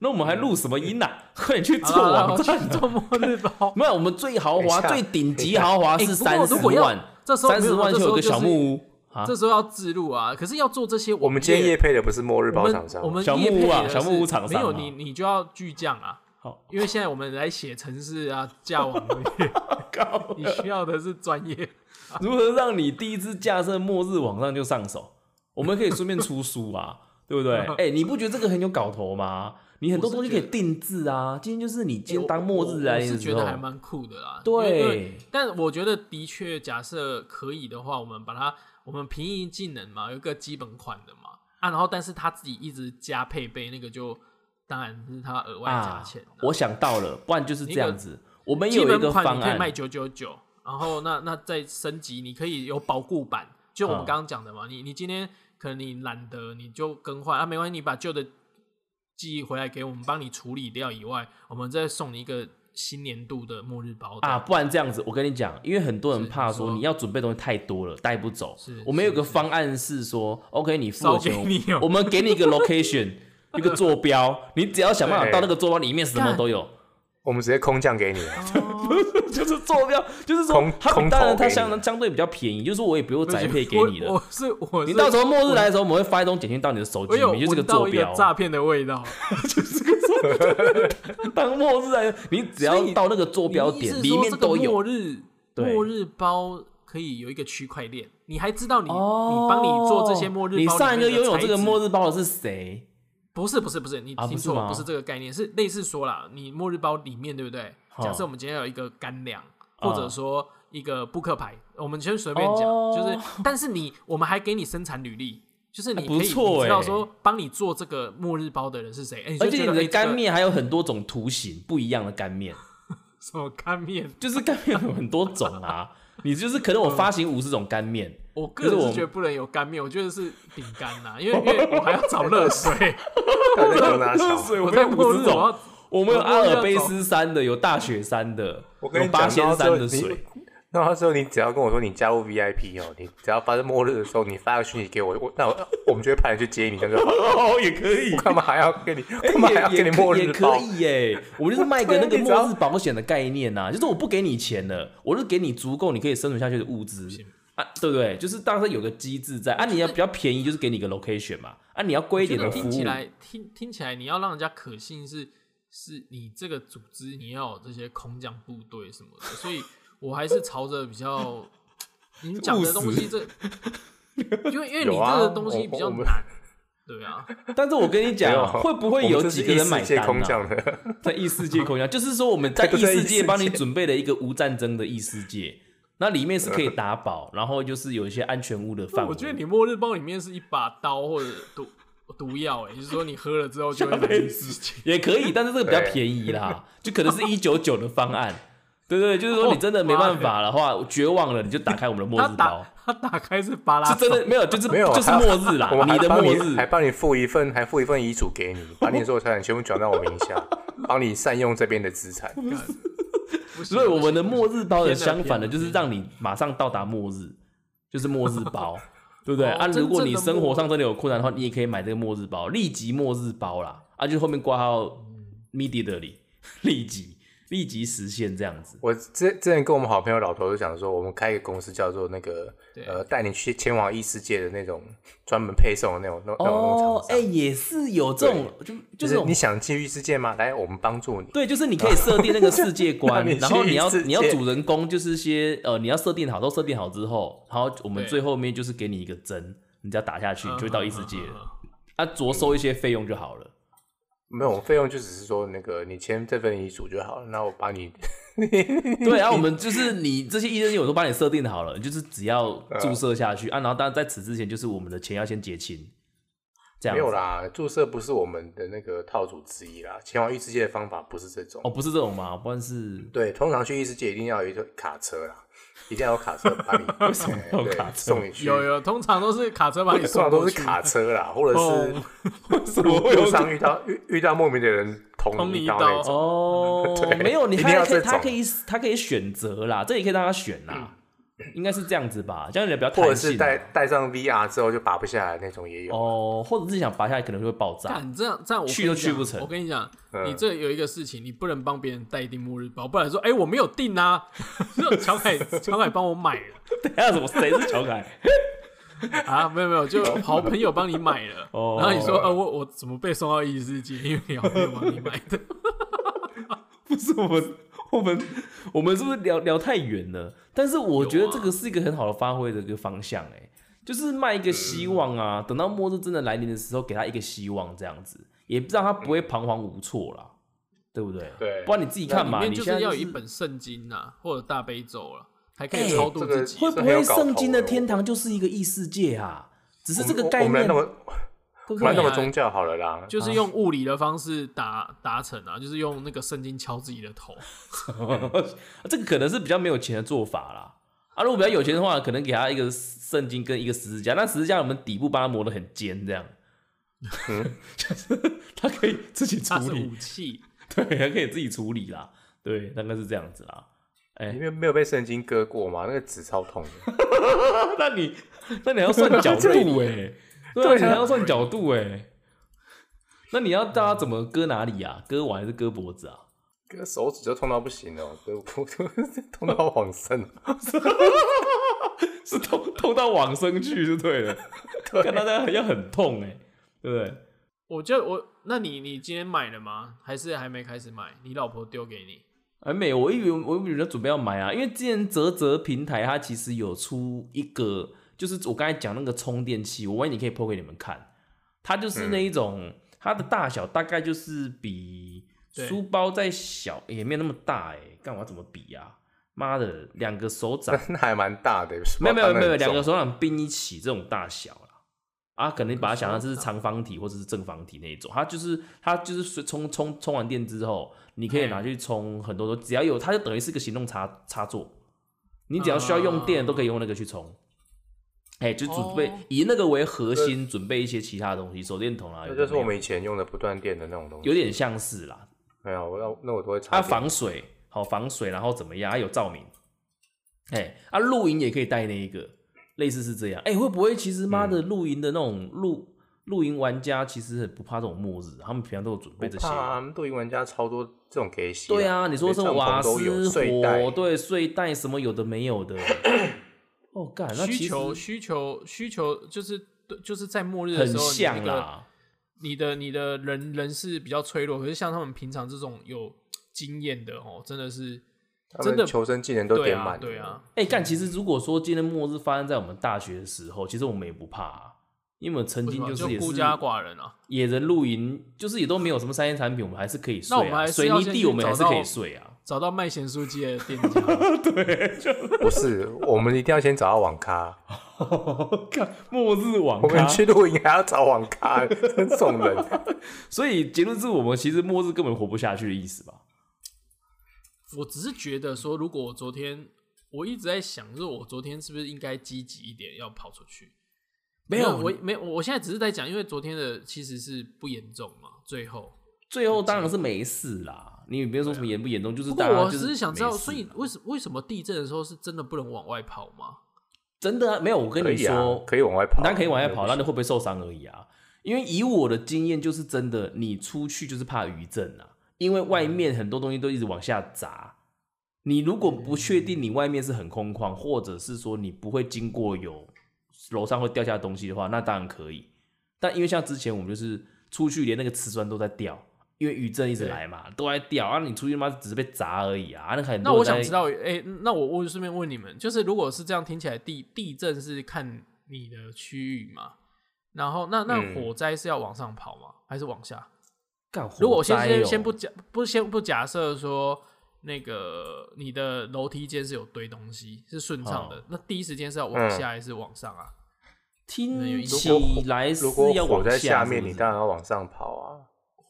S2: 那我们还录什么音呐、啊？ 快点 去做
S1: 好啦好啦嗯
S2: 网
S1: 啊我去
S2: 站。。
S1: 做末日包
S2: 没有，我们最豪华、
S3: 等一
S2: 最
S3: 下
S2: 顶级豪华
S1: 哎
S2: 是
S1: 不过
S2: 三十
S1: 如果要
S2: 万，
S1: 这时候
S2: 三
S1: 没
S2: 十
S1: 有
S2: 万
S1: 这
S2: 就
S1: 时候
S2: 有
S1: 就
S2: 个
S1: 是
S2: 小 木屋啊。
S1: 这时候要自录啊，可是要做这些网页，
S3: 我们今天夜配的不是末日
S1: 我
S3: 包厂
S1: 们
S3: 商，
S1: 我们
S2: 小木
S1: 业配
S2: 屋啊
S1: 的
S2: 小木屋
S1: 是
S2: 厂商
S1: 没有
S2: 啊
S1: 你你就要巨匠啊。
S2: 好，
S1: 因为现在我们来写程式啊，架网 页，
S2: 靠
S1: 你需要的是专业。
S2: 如何让你第一次架设末日网上就上手？我们可以顺便出书啊， 对 不对？哎、你不觉得这个很有搞头吗？你很多东西可以定制啊。今天就是你今天当末日啊来
S1: 哎我
S2: 临
S1: 是
S2: 的时
S1: 觉
S2: 候
S1: 得，还蛮酷的啦。因为，因为
S2: 对，
S1: 但我觉得的确，假设可以的话，我们把它，我们平易技能嘛，有一个基本款的嘛啊，然后但是他自己一直加配备，那个就当然是他额外加
S2: 啊
S1: 钱的、，
S2: 我想到了，不然就是这样子。我们
S1: 基
S2: 有一
S1: 本
S2: 个
S1: 款
S2: 方
S1: 你可以卖
S2: 案，
S1: 九九九，然后那那再升级，你可以有保固版，就我们
S2: 嗯
S1: 刚刚讲的嘛，你你今天可能你懒得，你就更换啊，没关系，你把旧的记忆回来给我们，帮你处理掉以外，我们再送你一个新年度的末日包
S2: 啊，
S1: 的，
S2: 不然这样子，我跟你讲，因为很多人
S1: 是
S2: 怕
S1: 你
S2: 说
S1: 说
S2: 你要准备东西太多了，带不走
S1: 是。
S2: 我们有个
S1: 是是
S2: 方案是说，OK，你付
S1: 烧
S2: 了
S1: 给
S2: 钱，
S1: 你哦
S2: 我们给你一个 location，一个坐标，你只要想办法
S3: 对
S2: 到那个坐标里面什么
S1: 干
S2: 都有，
S3: 我们直接空降给你啊，
S2: 就是坐标，就是说
S3: 空
S2: 它比
S3: 空
S2: 当然
S3: 投给
S2: 它
S3: 你
S2: 相相对比较便宜，就是说我也不用
S1: 不是
S2: 宅配给
S1: 我
S2: 你了。
S1: 我是我是
S2: 你到时候末日来的时候，我们会发一通简讯到你的手机
S1: 我
S2: 里
S1: 有
S2: 面，就是
S1: 闻
S2: 坐
S1: 到一个
S2: 标。
S1: 诈骗的味道，
S2: 当末日来的，你只要
S1: 所以
S2: 到那个坐标
S1: 你意思是
S2: 点里
S1: 说
S2: 面
S1: 这个
S2: 都有
S1: 末。日
S2: 对
S1: 末日包可以有一个区块链，你还知道你、
S2: 哦，
S1: 你帮你做这些末日包，
S2: 你上一个拥有这个末
S1: 日。
S2: 日包的是谁？
S1: 不是不是不是，你
S2: 啊
S1: 听
S2: 不是
S1: 错了，
S2: 吗
S1: 不是这个概念，是类似说啦，你末日包里面对不对？
S2: 哦
S1: 假设我们今天有一个干粮，
S2: 哦
S1: 或者说一个扑克牌，我们先随便讲，
S2: 哦
S1: 就是， 但是你我们还给你生产履历，就是你
S2: 哎
S1: 可
S2: 不
S1: 以、
S2: 错
S1: 你知道
S2: 欸
S1: 说帮你做这个末日包的人是谁，哎、你就
S2: 而且
S1: 觉
S2: 你
S1: 得
S2: 的
S1: 哎
S2: 干、
S1: 这
S2: 面还有很多种图形，不一样的干面，
S1: 个 什么干面，
S2: 就是干面有很多种啊。你就是可
S1: 嗯
S2: 能我发行五十种干面，
S1: 我个
S2: 就是
S1: 人
S2: 我
S1: 是觉得不能有干面，我觉得是饼干呐，因为因为我还要找热 水，
S3: 那个拿
S2: 所以
S1: 我
S2: 我
S3: 小。
S2: 们
S1: 在
S2: 有
S1: 末
S2: 五
S1: 日
S2: 十
S1: 我
S2: 种
S1: 要。
S2: 我们有阿尔卑斯山的，有大雪山的，
S3: 我跟
S2: 有
S3: 你
S2: 八
S3: 讲，
S2: 仙
S3: 到时
S2: 山
S3: 候
S2: 的
S3: 你
S2: 水。，
S3: 那到时候你只要跟我说你加入 VIP 哦，你只要发生末日的时候，你发个讯息给我，我那我我们就会派人去接你，这样就好。
S2: 哦，也可以，
S3: 干嘛还要给你？
S2: 哎
S3: 干嘛还要给
S2: 也
S3: 你
S2: 也
S3: 末
S2: 可
S3: 日
S2: 也
S3: 包
S2: 可？以耶。我们就是卖个那 个
S3: 对你只要
S2: 末日保险的概念呐、就是我不给你钱了，我就给你足够你可以生存下去的物资啊，对不对？就是当时有个机制在啊，你要比较便宜，就是给你一个 location 嘛，啊，你要贵一
S1: 觉
S2: 点
S1: 得
S2: 的服
S1: 听起
S2: 务。
S1: 来听听起来，你要让人家可信是是你这个组织，你要有这些空降部队什么的，所以我还是朝着比较你讲的东西这，因为因为你
S3: 有啊
S1: 这个东西比较
S3: 我我们
S1: 难，对啊，
S2: 但是我跟你
S3: 没有
S2: 讲，啊会不会
S3: 我
S2: 有
S3: 们这是
S2: 几个人买
S3: 异世界
S2: 单、
S3: 空
S2: 啊？
S3: 降的？
S2: 在异世界空降，就是说我们在
S3: 这
S2: 异
S3: 个在
S2: 世
S3: 异世
S2: 界
S3: 界
S2: 帮你准备了一个无战争的异世界，那里面是可以打宝，然后就是有一些安全屋的范围。
S1: 我觉得你末日包里面是一把刀或者毒毒药，哎，就是说你喝了之后就会
S2: 辈
S1: 没
S2: 子
S1: 事情。
S2: 也可以，但是这个比较便宜 啦，就可能是一九九的方案。对对，就是说你真的没办法的
S3: 哦
S2: 话，绝望了，你就打开我们的末
S1: 他
S2: 日包
S1: 打，他打开是巴拉
S2: 是真的没有，就是
S3: 没有，
S2: 就是
S3: 还
S2: 末日啦
S3: 我，们还
S2: 的
S3: 帮
S2: 末
S3: 你
S2: 日
S3: 还帮你付一份，还付一份遗嘱给 你，把你的所有财产全部转到我名下，帮你善用这边的资 产。
S1: 不行
S2: 所以我
S1: 不行
S2: 们的末日包的
S1: 天哪
S2: 相反的，
S1: 天哪
S2: 就是让你马上到达末日。就是末日 包，对不对？
S1: 哦
S2: 啊，
S1: 真
S2: 如果
S1: 正
S2: 你
S1: 的
S2: 生活
S1: 末
S2: 上真的有困难的话，你也可以买这个末日包，立即末日包啦，啊，就后面挂号 immediately，立 即立即实现这样子。
S3: 我之之前跟我们好朋友老头就讲说，我们开一个公司叫做那个
S1: 对
S3: 呃，带你去前往异世界的那种专门配送的那种那种那种那种
S2: 哦
S3: 厂，商
S2: 哎、也是有这种，就就
S3: 就是是
S2: 我
S3: 你想进异世界吗？来，我们帮助你。
S2: 对，就是你可以设定那个世界观
S3: 让你，去
S2: 然后你要
S3: 世界
S2: 你要主人公就是些呃，你要设定好，都设定好之后，然后我们
S1: 对
S2: 最后面就是给你一个针，你只要打下去，你就会到异世界
S1: 嗯嗯
S2: 了。
S1: 嗯
S2: 啊，着收一些费用就好 了。
S3: 没有，我们费用就只是说那个你签这份遗嘱就好了。那我把你
S2: 对啊，我们就是你这些医生，我都帮你设定好了，你就是只要注射下
S3: 嗯
S2: 去啊。然后当然在此之前，就是我们的钱要先结清，这样
S3: 没
S2: 子
S3: 有啦，注射不是我们的那个套组之一啦。前往异世界的方法不是这种。
S2: 哦，不是这种吗？不然是
S3: 对，通常去异世界一定要有一个卡车啦，一定要有卡车把你
S2: 要
S3: 对
S2: 卡车
S3: 送你去。
S1: 有有，通常都是卡车把你
S3: 通
S1: 送
S3: 常都
S1: 过
S3: 是
S1: 去。
S3: 卡车啦，或者
S1: 哦
S3: 是
S2: 为什
S3: 路
S2: 会有
S3: 路上遇到遇遇到莫名的人捅
S1: 捅
S3: 你
S1: 你
S3: 一
S1: 一
S3: 刀
S1: 刀
S3: 那种。
S2: 哦，没有，你
S3: 一
S2: 他
S3: 定要
S2: 可以
S3: 这种
S2: 他可以他可以选择啦，这也可以让他选啦，应该是这样子吧，这样你比较
S3: 或者
S2: 弹
S3: 是
S2: 性啊
S3: 戴戴上 VR 之后就拔不下来那种也有。
S2: 哦，或者是想拔下来可能会爆炸，
S1: 干这样这样我跟
S2: 去都
S1: 你讲
S2: 去不成
S1: 我跟你讲，
S3: 嗯
S1: 你这有一个事情，你不能帮别人代订末日包，不然说哎、我没有订 啊，就乔凯乔凯帮我买了
S2: 等一下啊什么谁是乔凯？
S1: 啊，没有没有，就
S3: 哦
S1: 好朋友帮你买了，
S2: 哦
S1: 然后你说呃我我怎么被送到异世界？因为你好朋友帮你买 的，
S2: 不是我们，我们，我们是不是聊聊太远了？但是我觉得这个是一个很好的发挥的一个方向、欸，就是卖一个希望啊，等到末日真的来临的时候，给他一个希望，这样子，也让他不会彷徨无措啦，对不对？
S3: 对
S2: 不然你自己看
S1: 里
S2: 嘛，
S1: 面
S2: 你
S1: 就
S2: 现在、
S1: 要有
S2: 是
S1: 一本圣经呐、或者大悲咒了、才可以
S2: 哎
S1: 超度
S3: 这个啊
S1: 自己。
S2: 会不
S3: 是很
S2: 会
S3: 有搞头
S2: 圣经的
S3: 的
S2: 天堂就是一个异世界啊？只是这个
S3: 我们
S2: 概
S3: 我们来
S2: 念，
S3: 那么
S2: 对不
S3: 我们来那
S2: 对？
S3: 么宗教好了啦，
S1: 就是用物理的方式达达成啊，就是用那个圣经敲自己的 头，
S2: 这个可能是比较没有钱的做法啦。啊，如果比较有钱的话，可能给他一个圣经跟一个十字架，那十字架我们底部帮他磨得很尖，这样，
S3: 嗯
S2: 就是他可以自己处
S1: 它是
S2: 理
S1: 武，器。
S2: 对，他可以自己处理啦，对，大概是这样子啦。哎、
S3: 你没有没有被圣经割过吗？那个纸超痛的。
S2: 那你那你还要算
S3: 啊
S2: 角度哎、对啊，你还要算角度哎、那你要大家怎么割哪里啊？割完还是割脖子啊？
S3: 割手指就痛到不行了，割痛到往生。
S2: 是痛痛到往生去就对了，
S3: 对，
S2: 看到大家要很痛哎、对不对？
S1: 我就我，那你你今天买了吗？还是还没开始买？你老婆丢给你？
S2: 还没，哎我以为我以为人家准备要买啊，因为之前泽泽平台它其实有出一个，就是我刚才讲那个充电器，我万一你可以 PO 给你们看，它就是那一种，它的大小大概就是比
S1: 对
S2: 书包再小，也没有那么大哎、干嘛怎么比啊？妈的，两个手掌
S3: 那还蛮大的，
S2: 没有没有没有，两个
S3: 手
S2: 手掌并一起这种大小啦。啊，可能你把它想象是长方体或者是正方体那一种，它就是它就是随充充充完电之后，你可以拿去充很多多，只要有它就等于是个行动插插座，你只要需要用电
S1: 啊
S2: 都可以用那个去充。哎、就准备、
S1: 哦
S2: 以那个为核心，准备一些其他的东西，手电筒啊，
S3: 那
S2: 有
S3: 就
S2: 的
S3: 是
S2: 没
S3: 我
S2: 有
S3: 们以前用的不断电的那种东西。
S2: 有点像是啦，
S3: 没有，我要那我都会插
S2: 它
S3: 电。
S2: 防水，好防水，然后怎么样？它有照明，哎、啊，露营也可以带那一个，类似是这样。哎、会不会其实妈的露营的那种露露营玩家其实很不怕这种末日，他们平常都有准备这
S3: 不
S2: 些。
S3: 怕啊，露营玩家超多这种给洗。
S2: 对啊，你说
S3: 连
S2: 这
S3: 帐
S2: 种瓦
S3: 篷都有
S2: 斯
S3: 睡袋
S2: 火，对睡袋什么有的没有的。哦，干，那
S1: 需
S2: 其实
S1: 求需求需求就是就是在末日的时
S2: 很
S1: 候，你
S2: 像
S1: 那个
S2: 啦。
S1: 你的你的人人是比较脆弱，可是像他们平常这种有经验的哦，真的是
S3: 他
S1: 真
S3: 们
S1: 的
S3: 求生技能都
S1: 对
S3: 点
S1: 啊
S3: 满。
S1: 对啊，，
S2: 哎、干，其实如果说今天末日发生在我们大学的时候，其实我们也不怕、啊，因为我们曾
S1: 为什
S2: 经
S1: 么
S2: 是也是
S1: 孤家寡人啊。
S2: 野人露营，就是也都没有什么商业产品，我们还是可以睡、啊。
S1: 那我们还是
S2: 水
S1: 要
S2: 泥
S1: 先
S2: 地，
S1: 去
S2: 我们还是
S1: 找
S2: 可
S1: 到
S2: 以睡啊。
S1: 找到卖咸酥鸡的店家，
S3: 不是，我们一定要先找到网咖。
S2: 看末日网
S3: 我
S2: 咖
S3: 们，去露营还要找网咖， 真 种人。
S2: 所以结论是我们其实末日根本活不下去的意思吧？
S1: 我只是觉得说，如果我昨天我一直在想，就是我昨天是不是应该积极一点，要跑出去？
S2: 没有
S1: 我没有，我现在只是在讲，因为昨天的其实是不严重嘛。最后，
S2: 最后当然是没事啦。你也别说什么严不严重，就是
S1: 不过
S2: 大家
S1: 我
S2: 就
S1: 只是想知道，
S2: 没事啊
S1: 所以为什为什么地震的时候是真的不能往外跑吗？
S2: 真的啊，没有，我跟
S3: 可
S2: 你
S3: 以啊
S2: 说，，
S3: 可以往外跑，
S2: 当然可以往外跑，
S3: 那
S2: 那你会不会受伤而已啊。因为以我的经验，就是真的，你出去就是怕余震啊，因为外面很多东西都一直往下砸。你如果不确定你外面是很空旷，或者是说你不会经过有楼上会掉下的东西的话，那当然可以。但因为像之前我们就是出去，连那个瓷砖都在掉，因为余震一直来嘛，都在掉啊。你出去他妈只是被砸而已啊，啊那很
S1: 那
S2: 多
S1: 我
S2: 人
S1: 想
S2: 在
S1: 知道，哎、那我我顺便问你们，就是如果是这样听起来地，地震是看你的区域嘛？然后那那
S3: 嗯
S1: 火灾是要往上跑吗？还是往下？
S2: 干
S1: 如果我
S2: 火
S1: 先
S2: 灾
S1: 先
S2: 哦
S1: 先不假不先不假设说那个你的楼梯间是有堆东西是顺畅的，
S2: 哦嗯
S1: 那第一时间是要往下还是往上啊？如
S2: 听
S1: 果
S2: 起来是
S3: 如果
S2: 要
S3: 火
S2: 往
S3: 在下
S2: 是
S3: 面，
S2: 不
S3: 你
S2: 是
S3: 当然要往上跑啊。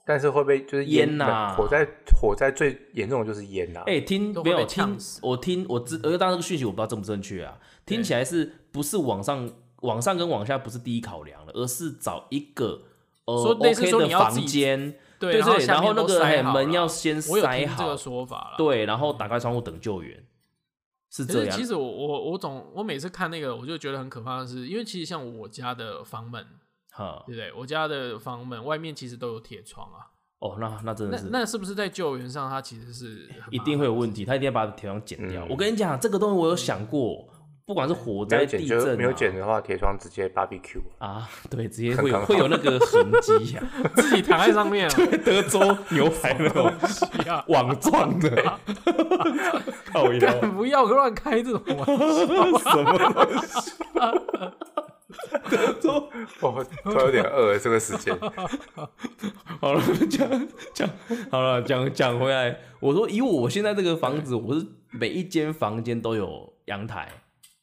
S3: 但是会被就是
S2: 淹
S3: 呐、
S2: 呐
S3: 火灾火灾最严重的就是淹呐、
S2: 哎、听
S1: 都
S2: 没
S1: 啊会
S2: 有
S1: 被
S2: 听
S1: 呛死，
S2: 我听我知，呃，当然这个讯息我不知道正不正确啊。听起来是不是往上往上跟往下不是第一考量了，而是找一个呃
S1: 说类似
S2: OK
S1: 说
S2: 的
S1: 你要
S2: 房
S1: 自己
S2: 间，
S1: 对
S2: 对
S1: 然后
S2: 对，
S1: 下
S2: 然后
S1: 面
S2: 那
S1: 都
S2: 个
S1: 塞
S2: 哎
S1: 好
S2: 门
S1: 了啊
S2: 要先
S1: 我有听
S2: 塞
S1: 这
S2: 好
S1: 个，说法啦。嗯
S2: 对，然后打开窗户等救援，是
S1: 可
S2: 这
S1: 是
S2: 样
S1: 其。实我我我总我每次看那个，我就觉得很可怕的是，因为其实像我家的房门，
S2: 哈
S1: 对不对？我家的房门外面其实都有铁窗啊，
S2: 哦，那那真的
S1: 那
S2: 是
S1: 那是不是在救援上它其实是很麻烦
S2: 一定会有问题，他一定要把铁窗剪掉。
S3: 嗯
S2: 我跟你讲，这个东西我有
S1: 嗯
S2: 想过，不管是火
S3: 没有
S2: 灾、
S3: 剪
S2: 地
S3: 就
S2: 震、啊，
S3: 没有剪的话，铁窗直接 BBQ。
S2: 啊，对，直接
S3: 很
S2: 会有
S3: 刚
S2: 会有那个痕迹啊呀、
S1: 自己躺在上 面啊，
S2: 德州牛排那种
S1: 是啊
S2: 网状的，靠腰
S1: 干不要乱开这种玩笑。
S2: 什么东西？德州
S3: 我哦突然有点饿了，这个时间
S2: 好了，讲讲好了，讲讲回来，我说以我现在这个房子，我是每一间房间都有阳台，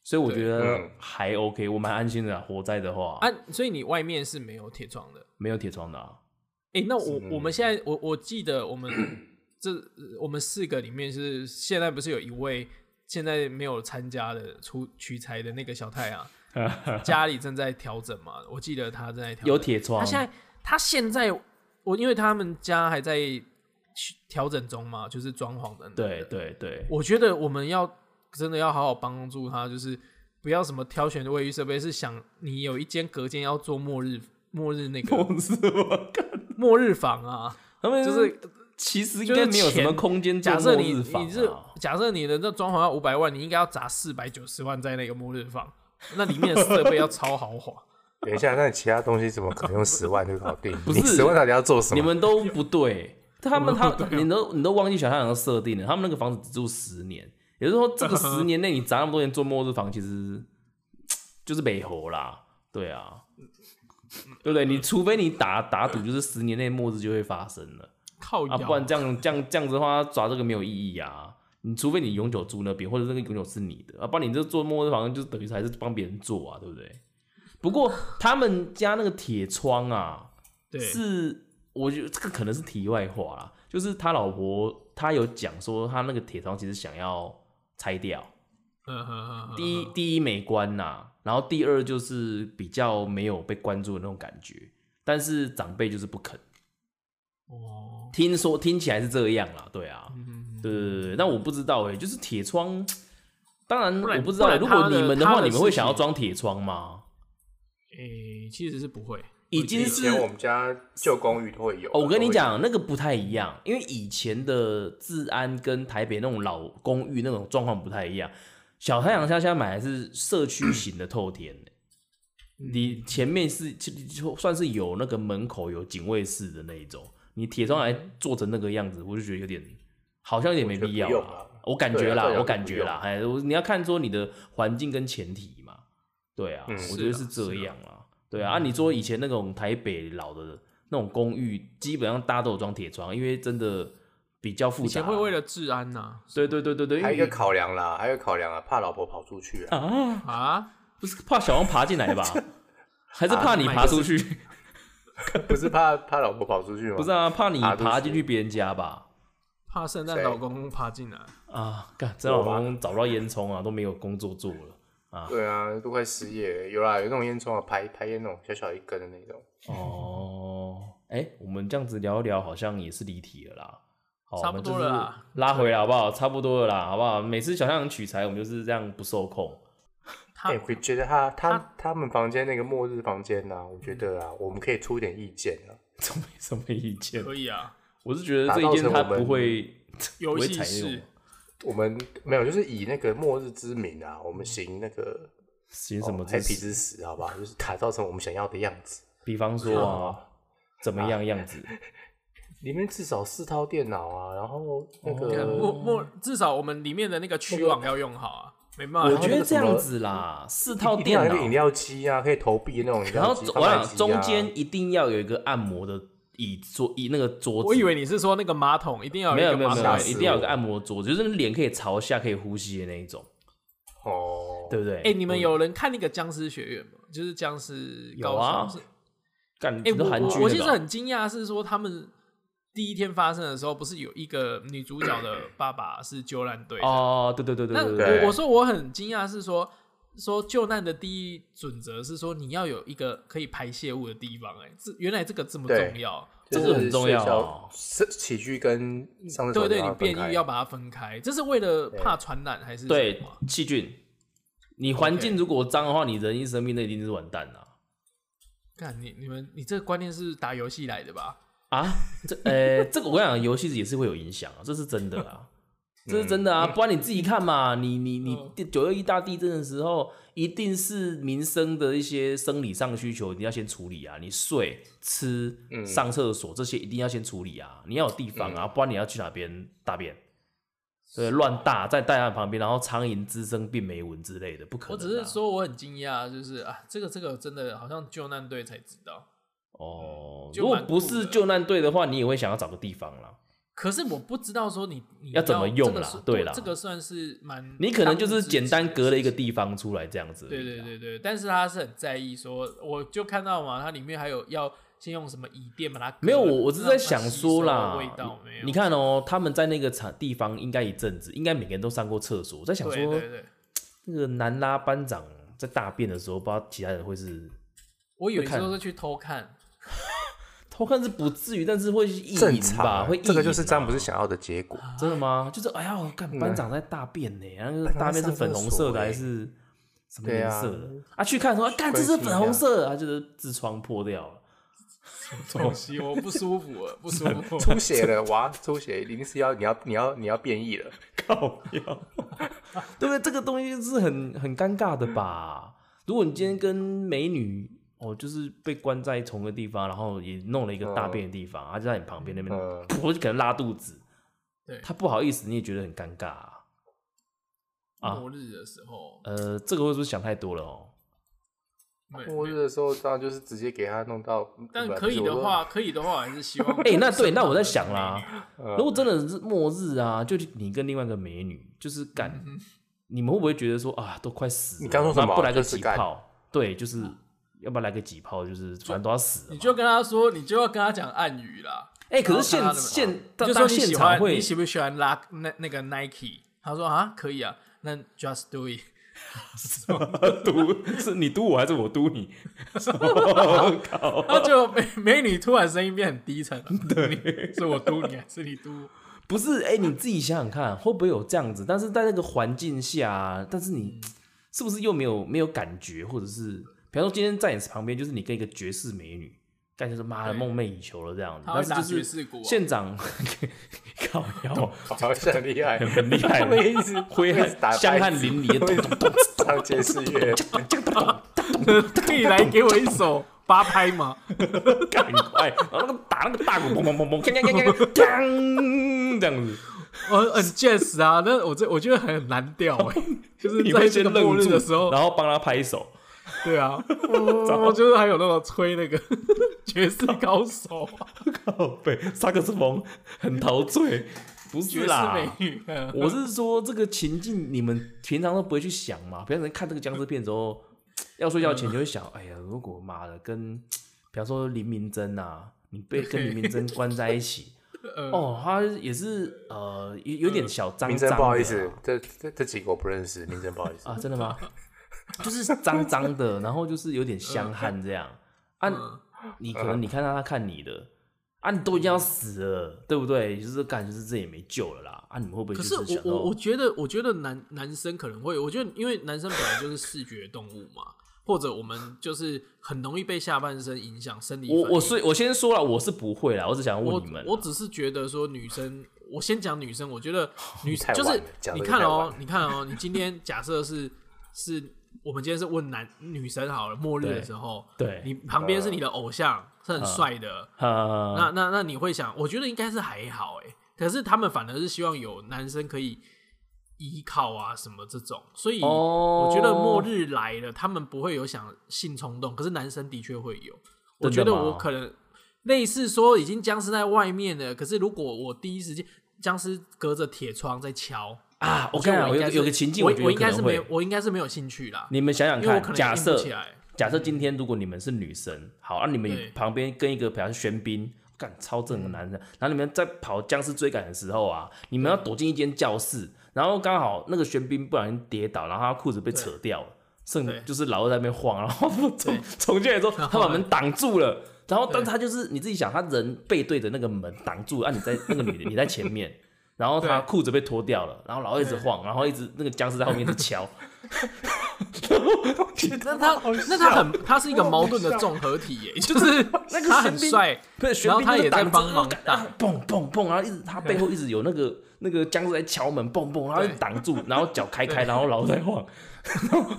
S2: 所以我觉
S3: 对
S2: 得
S3: 嗯
S2: 还 OK，我蛮安心的啦。火灾的话，
S1: 啊，所以你外面是没有铁窗的。
S2: 没有铁窗的、啊，
S1: 哎、那我我们现在我我记得我们这我们四个里面是现在不是有一位现在没有参加的出取材的那个小太阳，家里正在调整嘛？我记得他正在调整
S2: 有铁窗
S1: 他。现在他现在我因为他们家还在调整中嘛，就是装潢等等
S2: 对
S1: 的。
S2: 对对，
S1: 我觉得我们要真的要好好帮助他，就是不要什么挑选的卫浴设备，是想你有一间隔间要做末日末日那个
S2: 我是我看
S1: 末日房啊，
S2: 他们
S1: 就是
S2: 其实应
S1: 就是
S2: 该没有什么
S1: 钱
S2: 空间做
S1: 假设
S2: 末
S1: 你
S2: 日房
S1: 你是
S2: 啊
S1: 假设你的那装潢要五百万，你应该要砸四百九十万在那个末日房，那里面的设备要超豪华。
S3: 等一下，那你其他东西怎么可能用十万就搞定？
S2: 不
S3: 你
S2: 是
S3: 十万到底要做什么？
S2: 你们都不对，他们
S1: 我们
S2: 他
S1: 都不对啊
S2: 你都你都忘记小太阳的设定了，他们那个房子只住十年，也就是说这个十年内你砸那么多钱做末日房，其实就是北猴啦，对啊，对不
S1: 嗯
S2: 对？你除非你打打赌就是十年内末日就会发生了
S1: 靠
S2: 啊，
S1: 摇，
S2: 不然这样这样这样子的话，抓这个没有意义啊。你除非你永久住那边，或者那个永久是你的，啊，不然你这做末日房就是等于是还是帮别人做啊，对不对？不过他们家那个铁窗啊，
S1: 对
S2: 是我觉得这个可能是题外话啦，就是他老婆他有讲说他那个铁窗其实想要拆掉，
S1: 嗯哼哼哼
S2: 第一第一美观呐、然后第二就是比较没有被关注的那种感觉，但是长辈就是不肯，
S1: 哦，
S2: 听说听起来是这样啦，对啊，
S1: 嗯
S2: 对对对对，那我不知道哎、就是铁窗，当然
S1: 不然
S2: 我不知道欸、
S1: 不
S2: 如
S1: 然他
S2: 果
S1: 的
S2: 你们
S1: 他
S2: 话，
S1: 的
S2: 你们会
S1: 事
S2: 想要
S1: 情
S2: 装铁窗吗？
S1: 诶、其实是不会，
S2: 已经
S3: 以
S2: 是
S3: 前我们家旧公寓都会有。
S2: 哦，我跟你
S3: 都会有，
S2: 讲，那个不太一样，因为以前的治安跟台北那种老公寓那种状况不太一样。小太阳乡下买的是社区型的透天、
S1: 嗯
S2: 你前面是就就算是有那个门口有警卫室的那一种，你铁窗还做成那个样子，我就觉得有点好像也没必要
S3: 我觉得不用
S2: 啦
S3: 啦
S2: 我感觉
S3: 对啊
S2: 啦
S3: 照，理
S2: 我
S3: 来
S2: 感
S3: 说
S2: 觉啦，哎，我你要看说你的环境跟前提嘛，对啊，
S3: 嗯
S2: 我觉得
S1: 是
S2: 是
S1: 啊
S2: 这
S1: 是啊
S2: 样啦，对啊，啊，你说以前那种台北老的那种公寓，基本上大家都有装铁窗，因为真的比较复
S1: 以
S2: 杂。
S1: 前会为了治安呐、
S2: 对对对对对，因
S3: 还有一
S2: 为
S3: 个考量啦，还有一个考量啊，怕老婆跑出去啊。
S2: 啊，
S1: 啊，
S2: 不是怕小王爬进来吧？还是怕你爬出去？
S3: 不是怕怕老婆跑出去吗？
S2: 不是啊，怕你
S3: 爬出去
S2: 爬进去别人家吧？
S1: 怕圣诞
S3: 谁
S1: 老公爬进来。
S2: 啊，干，这老
S3: 我吧
S2: 公找不到烟囱啊，都没有工作做了。
S3: 对啊，都快失业了。有啦，有那种烟囱啊，排排烟那种小小一根的那种。
S2: 哦，哎、我们这样子聊一聊，好像也是离题了啦。好，
S1: 差不多了啦，
S2: 拉回来好不好？差不多了啦，好不好？每次小象取材，我们就是这样不受控。
S1: 他
S3: 哎、我觉得他他
S1: 他
S3: 他们房间那个末日房间呢、我觉得啊，我们可以出点意见啊。
S2: 怎么什么意见？
S1: 可以啊，
S2: 我是觉得这一件他不会不
S1: 游
S2: 会
S1: 戏
S2: 采用
S1: 室
S3: 我们没有，就是以那个末日之名啊，我们行那个
S2: 行什么
S3: 黑
S2: 姿
S3: 皮
S2: 势，
S3: 之死，好不好？就是打造成我们想要的样子。
S2: 比方说啊，怎么样样子？
S3: 里面至少四套电脑啊，然后那
S1: 对
S2: 哦
S3: 个、
S2: 嗯
S1: 莫莫至少我们里面的那个区网要用好啊，没办
S2: 我
S1: 法，
S2: 觉得这样子啦，四套
S3: 一定要
S2: 电
S3: 有一个饮
S2: 脑，
S3: 料机啊，可以投币的那种饮
S2: 然
S3: 料
S2: 后
S3: 机。
S2: 我
S3: 贩卖
S2: 想
S3: 机啊
S2: 中间一定要有一个按摩的椅桌椅那个桌子。
S1: 我以为你是说那个马桶一定要
S2: 没
S1: 有
S2: 有
S1: 一
S2: 没
S1: 个
S2: 有
S1: 马
S2: 没
S1: 桶
S2: 有，
S3: 吓
S1: 椅
S3: 死
S2: 一定要有
S3: 我
S2: 个按摩桌子，就是脸可以朝下可以呼吸的那一种，嗯
S3: 哦，
S2: 对不对？
S1: 哎、你们有人看那个僵尸学院吗？就是僵尸
S2: 有
S1: 高
S2: 啊
S1: 手是。
S2: 干
S1: 哎、
S2: 这都
S1: 我
S2: 韩剧
S1: 我我其
S2: 那
S1: 实
S2: 个啊，
S1: 很惊讶，是说他们第一天发生的时候，不是有一个女主角的爸爸是救难队的？
S2: 哦，对对对对
S1: 那
S2: 对
S3: 对
S1: 我我说我很惊讶，是说说救难的第一准则是说你要有一个可以排泄物的地方、哎，这原来这个这么
S3: 对
S1: 重要。
S3: 就
S2: 这
S3: 是
S2: 个很重要
S3: 睡觉
S2: 哦
S3: 是起居跟上厕所
S1: 对对，
S3: 要
S1: 你
S3: 分
S1: 便
S3: 开
S1: 衣要把它分开，这是为了
S3: 对
S1: 怕传染还是什
S2: 对
S1: 么
S2: 细菌，你环境如果脏的话，你人一生病那一定是完蛋啊了
S1: 干你你们你这个观念是打游戏来的吧？
S2: 啊！这呃， 这个我想游戏也是会有影响啊，这是真的 啊，这是真的
S1: 嗯
S2: 啊，不然你自己看嘛，你你你九二一大地震的时候，一定是民生的一些生理上需求，你要先处理啊，你睡、吃、
S1: 嗯
S2: 上厕所这些一定要先处理啊，你要有地方啊，不然你要去哪边大便？对，乱大在大家旁边，然后苍蝇滋生病媒蚊之类的，不可
S1: 我
S2: 能、啊。
S1: 只是说我很惊讶，就是啊，这个这个真的好像救难队才知道。
S2: 哦，
S1: 就
S2: 如果
S1: 蛮
S2: 不
S1: 酷
S2: 是
S1: 的
S2: 救难队的话，你也会想要找个地方啦。
S1: 可是我不知道说你你
S2: 要怎么用
S1: 这个
S2: 啦
S1: 是
S2: 对啦
S1: 这个算是蛮
S2: 你可能就是
S1: 当务之急
S2: 简单隔了一个
S1: 的事
S2: 地方出来这样子。
S1: 情。
S2: 啊
S1: 对对。对对，但是他是很在意说，我就看到嘛，它里面还有要先用什么椅垫把它隔
S2: 没有，我我是
S1: 让它
S2: 在想
S1: 吸
S2: 说
S1: 收
S2: 啦
S1: 味道没，有？
S2: 你看哦，他们在那个场地方应该一阵子，应该每个人都上过厕所。我在想
S1: 对，
S2: 说
S1: 对，对对，
S2: 那个南拉班长在大便的时候，不知道其他人会是
S1: 我以为
S2: 看
S1: 说是去偷看，
S2: 偷看是不至于，但是会意
S3: 正
S2: 淫
S3: 常
S2: 吧，
S3: 啊
S2: 会意
S3: 这个就
S2: 淫
S3: 是
S2: 啊
S3: 詹姆斯想要的结果。
S2: 真的吗？就是哎呀，我看班长在大便呢，那个
S3: 班长
S2: 大便是粉红色的
S3: 啊
S2: 还
S3: 在上厕所欸
S2: 是什么
S3: 对
S2: 颜
S3: 啊
S2: 色的？啊，去看说，啊干这是粉红色的，他就是痔疮破掉了。
S1: 东西我不舒服了，不舒服。
S3: 出血了哇！出血，临时要你要你要你要变异了。
S2: 靠腰，对不对？这个东西是很很尴尬的
S3: 嗯
S2: 吧？如果你今天跟美女哦，就是被关在同个地方，然后也弄了一个大便的地方，她、就在你旁边那边，
S3: 嗯
S2: 噗就可能拉肚子，
S1: 对
S2: 她不好意思，你也觉得很尴尬、啊。啊
S1: 末日的时候，
S2: 呃，这个会不会想太多了哦？
S1: 没
S3: 末日的时候，当然就是直接给他弄到。
S1: 但
S3: 不然
S1: 可以
S3: 就是
S1: 的
S3: 我说，
S1: 话，可以的话，我还是希望
S2: 哎、那对，那我在想啦，
S3: 哦 嗯
S2: 如果真的是末日啊，就你跟另外一个美女，就是干，你们会不会觉得说啊，都快死了，
S3: 嗯你刚说什么
S2: 那不来个
S3: 就是
S2: 几
S3: 干嗯
S2: 炮？对，就是要不然来个几炮，就是反正都要死了
S1: 你
S2: 嘛。
S1: 就跟他说，你就要跟他讲暗语啦。
S2: 哎、可是
S1: 然
S2: 现
S1: 后看他的
S2: 现
S1: 你
S2: 到
S1: 就
S2: 到
S1: 说你
S2: 现
S1: 喜
S2: 场
S1: 欢，
S2: 会
S1: 你喜不喜欢拉那那个 Nike？他说啊，可以啊，那 Just Do It。
S2: 嘟，是你嘟我还是我嘟你？
S1: 然后就美美女突然声音变很低 沉，对，是我嘟你还啊是你嘟我？
S2: 不是，哎、你自己想想看，会不会有这样子？但是在那个环境下啊，但是你是不是又没有没有感觉，或者是，比方说今天在你旁边就是你跟一个绝世美女，感觉是妈的
S1: 对
S2: 梦寐以求了这样子，
S1: 她会
S2: 但是
S1: 打
S2: 就
S1: 爵
S2: 是
S1: 士鼓啊
S2: 现场靠腰
S3: 好像很厉 害，
S2: 很厉害
S3: 他们一直
S2: 挥
S3: 会一直打
S2: 汗
S3: 拍子
S2: 香汗淋漓的咚咚
S3: 唱爵士乐，
S1: 可以来给我一首八拍吗？
S2: 咚，赶快，然后那个打那个大鼓，砰砰砰砰，锵锵锵锵锵，这样子。
S1: 我很 Jazz 啊，那我这我觉得很难 调哎，就是
S2: 你
S1: 在
S2: 会
S1: 这
S2: 先
S1: 个
S2: 愣
S1: 末日
S2: 住
S1: 的时 候，
S2: 然后帮他拍手。
S1: 对啊，我就是还有那种吹那个 爵士高手啊，
S2: 靠背，萨克斯风很陶醉，不
S1: 爵
S2: 是
S1: 士
S2: 啦。
S1: 美女，嗯
S2: 我是说这个情境，你们平常都不会去想嘛？平常看这个僵尸片之后，要睡觉前就会想，哎呀，如果妈的跟，比方说林明珍啊，你被跟林明珍关在一 起，哦，他也是呃有有点小脏
S3: 嗯明
S2: 脏的
S3: 真
S2: 啊，
S3: 不好意思，这这这几个我不认识，明真不好 意思
S2: 啊，。真的 吗？就是脏脏
S1: 嗯
S2: 的，然后就是有点香汗这样啊。你可能你看到他看你的，啊，你都已经要死了，对不对？就是感觉是这也没救了啦。啊，你们会不会
S1: 可
S2: 就是是想
S1: 我我
S2: 到
S1: 我觉得，我觉得男男生可能会，我觉得因为男生本来就是视觉动物嘛，或者我们就是很容易被下半身影响生理反应。
S2: 我我所以我先说了，我是不会啦，我只想要
S1: 我
S2: 问你们啊，
S1: 我只是觉得说女生，我先讲女生，我觉得女
S3: 太晚
S1: 就
S3: 了
S1: 是
S3: 讲
S1: 你
S3: 得
S1: 看
S3: 太晚
S1: 哦
S3: 了，
S1: 你看哦，你今天假设是是我们今天是问男女生好了，末日
S2: 对
S1: 的时候，
S2: 对嗯
S1: 你旁边是你的偶像，是很帅的，
S2: 呃，
S1: 那那那你会想，我觉得应该是还好哎，可是他们反而是希望有男生可以依靠啊什么这种，所以
S2: 哦
S1: 我觉得末日来了，他们不会有想性冲动，可是男生的确会有。我觉
S2: 真的
S1: 得
S2: 吗
S1: 我可能类似说已经僵尸在外面了，可是如果我第一时间僵尸隔着铁窗在敲，
S2: 啊，我
S1: 觉
S2: 跟
S1: 得
S2: 你
S1: 我应该
S2: 讲，有个
S1: 是
S2: 有个情境，
S1: 我
S2: 觉得
S1: 我
S2: 有
S1: 应
S2: 可
S1: 该是
S2: 能
S1: 没有
S2: 会，。
S1: 我应该是没有兴趣啦，
S2: 你们想想
S1: 因为我
S2: 看
S1: 可，能
S2: 假
S1: 硬不啊
S2: 设
S1: 起来。
S2: 假设今天如果你们是女生，好，啊，你们
S1: 对
S2: 旁边跟一个比方说玄彬，干超正的男生，然后你们在跑僵尸追赶的时候啊，你们要躲进一间教室，然后刚好那个玄彬不小心跌倒，然后他裤子被扯掉了，剩
S1: 对
S2: 就是老二在那边晃，然后从
S1: 对
S2: 从进来之后，
S1: 然
S2: 他
S1: 后
S2: 把
S1: 呢
S2: 门挡住了。然后，
S1: 对
S2: 但他就是你自己想，他人背对着那个门挡住，啊，你在那个女的，你在前面，然后他
S1: 对
S2: 裤子被脱掉了，然后老二一直晃，然后一直那个僵尸在后面一直敲，
S1: 那他那他很他是一个矛盾的综合体 耶，就是他很帅，
S2: 不是，玄
S1: 然后
S2: 彬
S1: 他
S2: 就是
S1: 也在
S2: 挡着
S1: 帮忙
S2: 然后干啊蹦蹦蹦，然后一直他背后一直有那个那个僵尸在敲门，蹦蹦，然后一直
S1: 对
S2: 挡住，然后脚开开，
S1: 对
S2: 然后老在晃，然后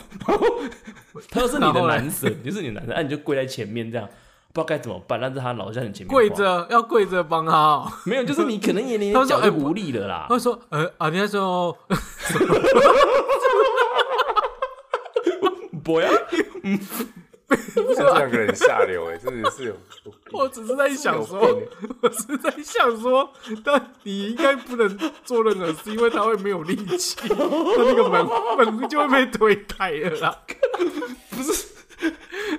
S2: 他又是你
S1: 然
S2: 的
S1: 后嘞
S2: 男神，你是你的男神，啊，你就跪在前面这样。不知道该怎么办，但是他老在你前面
S1: 跪
S2: 晃，
S1: 着要跪着帮他哦。
S2: 没有，就是你可能也 连
S1: 他说
S2: 脚
S1: 哎
S2: 就
S1: 不
S2: 无力了 啦
S1: 他。会说呃啊，你在说哦
S2: 不要，
S3: 像这两个人下流哎、真的 是有有病
S1: 我只 是在想说
S3: 有病，
S1: 我是在想说，但你应该不能做任何事，因为他会没有力气，他那个门门就会被推开了啦。
S2: 不是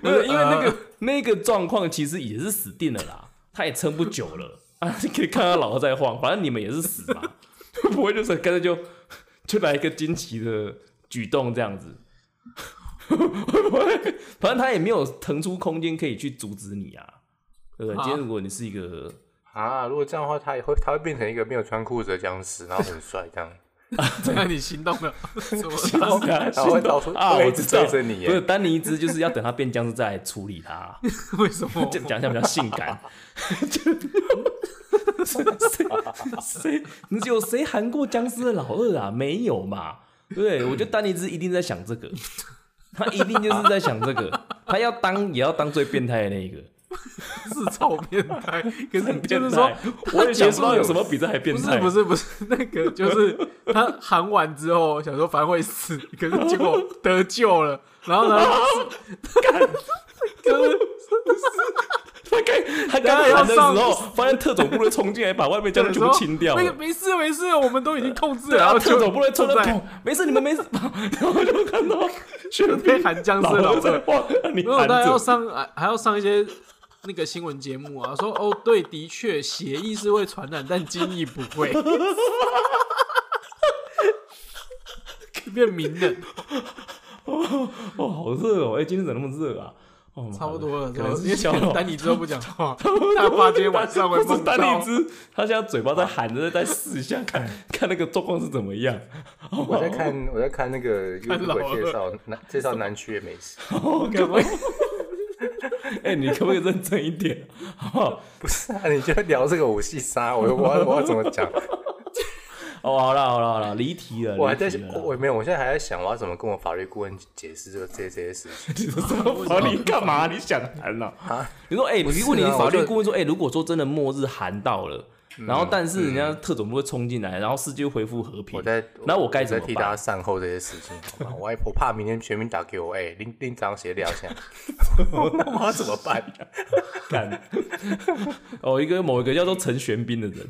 S2: 因为
S3: 呃
S2: 那个、那个状况其实也是死定了啦，他也撑不久了啊！ 你可以看到老二在晃，反正你们也是死嘛， 不会就是干脆就 就来一个惊奇的举动这样子， 反正他也没有腾出空间可以去阻止你啊，对不对？
S1: 好
S2: 今天如果你是一 个
S3: 啊！如果这样的话，他也会他会变成一个没有穿裤子的僵尸，然后很帅 这样。
S1: 这样你 心动了？什么
S2: 心动啊，
S3: 他会到处
S2: 啊，
S3: 会
S2: 我
S3: 一直
S2: 知道，
S3: 追着你耶欸
S2: 不是丹尼兹就是要等他变僵尸再来处理他。
S1: 为什 么？
S2: 这样讲一下比较性感。 谁谁你有谁韩过僵尸的老二啊？没有嘛？对，我觉得丹尼兹一定在想这个，他一定就是在想这个，他要当也要当最变态的那一个。
S1: 是超变 态，可是
S2: 变
S1: 就是说
S2: 态，我也想不
S1: 他
S2: 到
S1: 讲
S2: 有什么比这还变
S1: 不
S2: 态。
S1: 是不是不是，那个就是他喊完之后想说反正会死，可是结果得救了，然后 呢，就是
S2: 他该他刚喊的时候，发现特种部队冲进来，把外面僵尸全部清掉
S1: 那个
S2: 了。
S1: 没事没事，我们都已经控制了，
S2: 对
S1: 然
S2: 啊，
S1: 后
S2: 特
S1: 就
S2: 种部队冲了
S1: 就，在
S2: 砰没事，你们没事。 然后就看到全
S1: 被喊僵尸老
S2: 老二在
S1: 二，
S2: 晃，
S1: 没
S2: 你
S1: 有，
S2: 喊
S1: 大家要
S2: 着。
S1: 上啊还还要上一些那个新闻节目啊，说哦，对，的确，血液是会传染，但精液不会。变名人，
S2: 哦，好热哦！哎、今天怎么那么热啊？哦，妈的
S1: 差不 多了，
S2: 可能
S1: 因
S2: 是
S1: 为
S2: 小老。
S1: 丹尼之后不讲话，大爸今天晚上会
S2: 不是
S1: 梦到
S2: 丹尼兹，他现在嘴巴在喊着，在试一 下看
S3: 哎
S2: 看那个状况是怎么样。
S3: 我在看我在看那 个
S1: 看老
S3: YouTube
S1: 二
S3: 介绍南介绍南区的美食，
S2: 哦，可不可以？哎、你可不可以认真一点？好不好？
S3: 不是啊？你就聊这个武器杀，我我要我要怎么讲？
S2: 哦，好了好了好了，离题了，
S3: 我还
S2: 离
S3: 在
S2: 题
S3: 想
S2: 了啦
S3: 我我没有，我现在还在想我要怎么跟我法律顾问解释这个这这些事 情。
S2: 你说什么法律干嘛？你想谈了、你说哎，你、
S3: 是啊
S2: 问你法律
S3: 我就嗯
S2: 顾问说，哎、如果说真的末日寒到了，然后但是人家特种部会冲进来，然后世界恢复和平
S3: 我在，，
S2: 那我该怎
S3: 在
S2: 么
S3: 替大
S2: 办
S3: 家？善后这些事情，好吧？我还我怕明天全民打给我，哎、另另一张协调一 下，那我要怎么办？
S2: 干 哦，一个某一个叫做陈玄彬的人，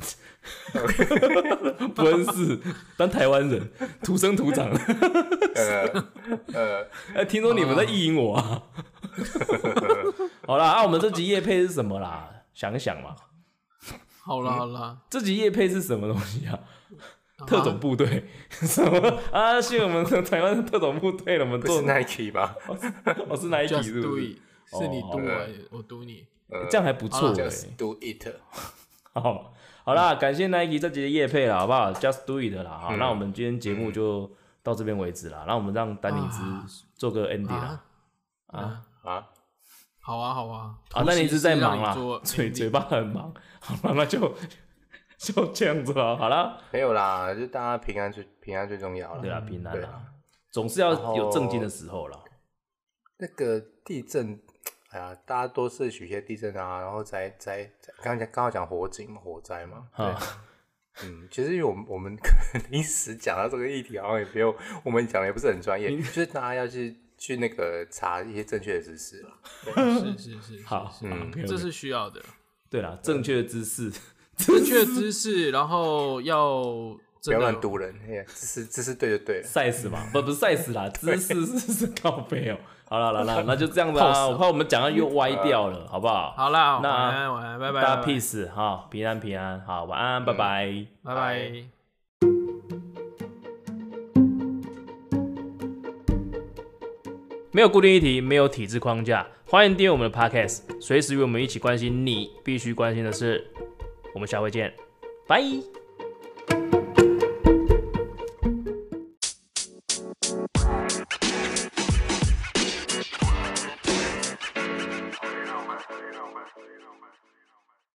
S2: 不认识，但台湾人，土生土长。
S3: 呃呃，
S2: 哎，听说你们在意淫我啊？ 好啦，啊那、我们这集夜配是什么啦？想一想嘛，嗯
S1: 好啦好啦，
S2: 这集夜配是什么东西啊？特种部队 什么啊？是我们的台湾的特种部队了，我们
S3: 不是
S2: 做
S3: Nike 吧？
S2: 哦是 Nike
S1: just
S2: 是
S1: do
S2: 不
S1: it，
S2: 是？
S1: 是你
S2: 哦
S1: 读
S3: 好
S1: 我
S3: 的，
S1: 我读你，
S2: 这样还不错哎、
S3: 呃 Just do it。
S2: 好，好啦，感谢 Nike 这集的夜配啦，好不好？Just do it 啦，好，那我们今天节目就到这边为止啦，那我们让丹尼兹做个 ending 啦
S1: 啊。
S2: 啊
S3: 啊，
S1: 好啊，好啊，
S2: 啊，丹尼兹在忙啦
S1: 让你做，
S2: 嘴嘴巴很忙， 好了，那就 就这样子了，好啦，
S3: 没有啦，就大家平安最平安最重要了。
S2: 对
S1: 嗯
S2: 啦，平安
S3: 对
S1: 啊
S2: 啦，总是要
S3: 然后
S2: 有正经的时候啦。
S3: 那个地震，哎呀，大家多摄取一些地震啊，然后灾灾，灾刚才刚好讲火警嘛，火灾嘛，对，
S2: 啊，
S3: 嗯，其实因为我们我们可能临时讲到这个议题，好像也没有，我们讲的也不是很专业，就是大家要去去那个查一些正确的知识了。
S1: 是是是，
S2: 好，
S1: 是
S2: 嗯，
S1: 这是需要 的，
S2: 对啦，正确的姿势，
S1: 正确知识，然后要
S3: 不
S1: 真
S3: 要
S1: 的哦
S3: 乱堵人，哎呀，知识知识对就对了。
S2: size 嘛，不不是 size 啦，姿势是是靠背哦。好了，好了，那就这样子啊，我怕我们讲到又歪掉了，好不好？
S1: 好啦，
S2: 那
S1: 晚安晚安，拜拜，拜
S2: 大家
S1: 拜嗯
S2: peace 哈，平安平安，好，晚安，拜拜。
S1: 拜拜。
S2: 没有固定议题，没有体制框架，欢迎订阅我们的 podcast，随时与我们一起关心你必须关心的事。我们下回见，拜。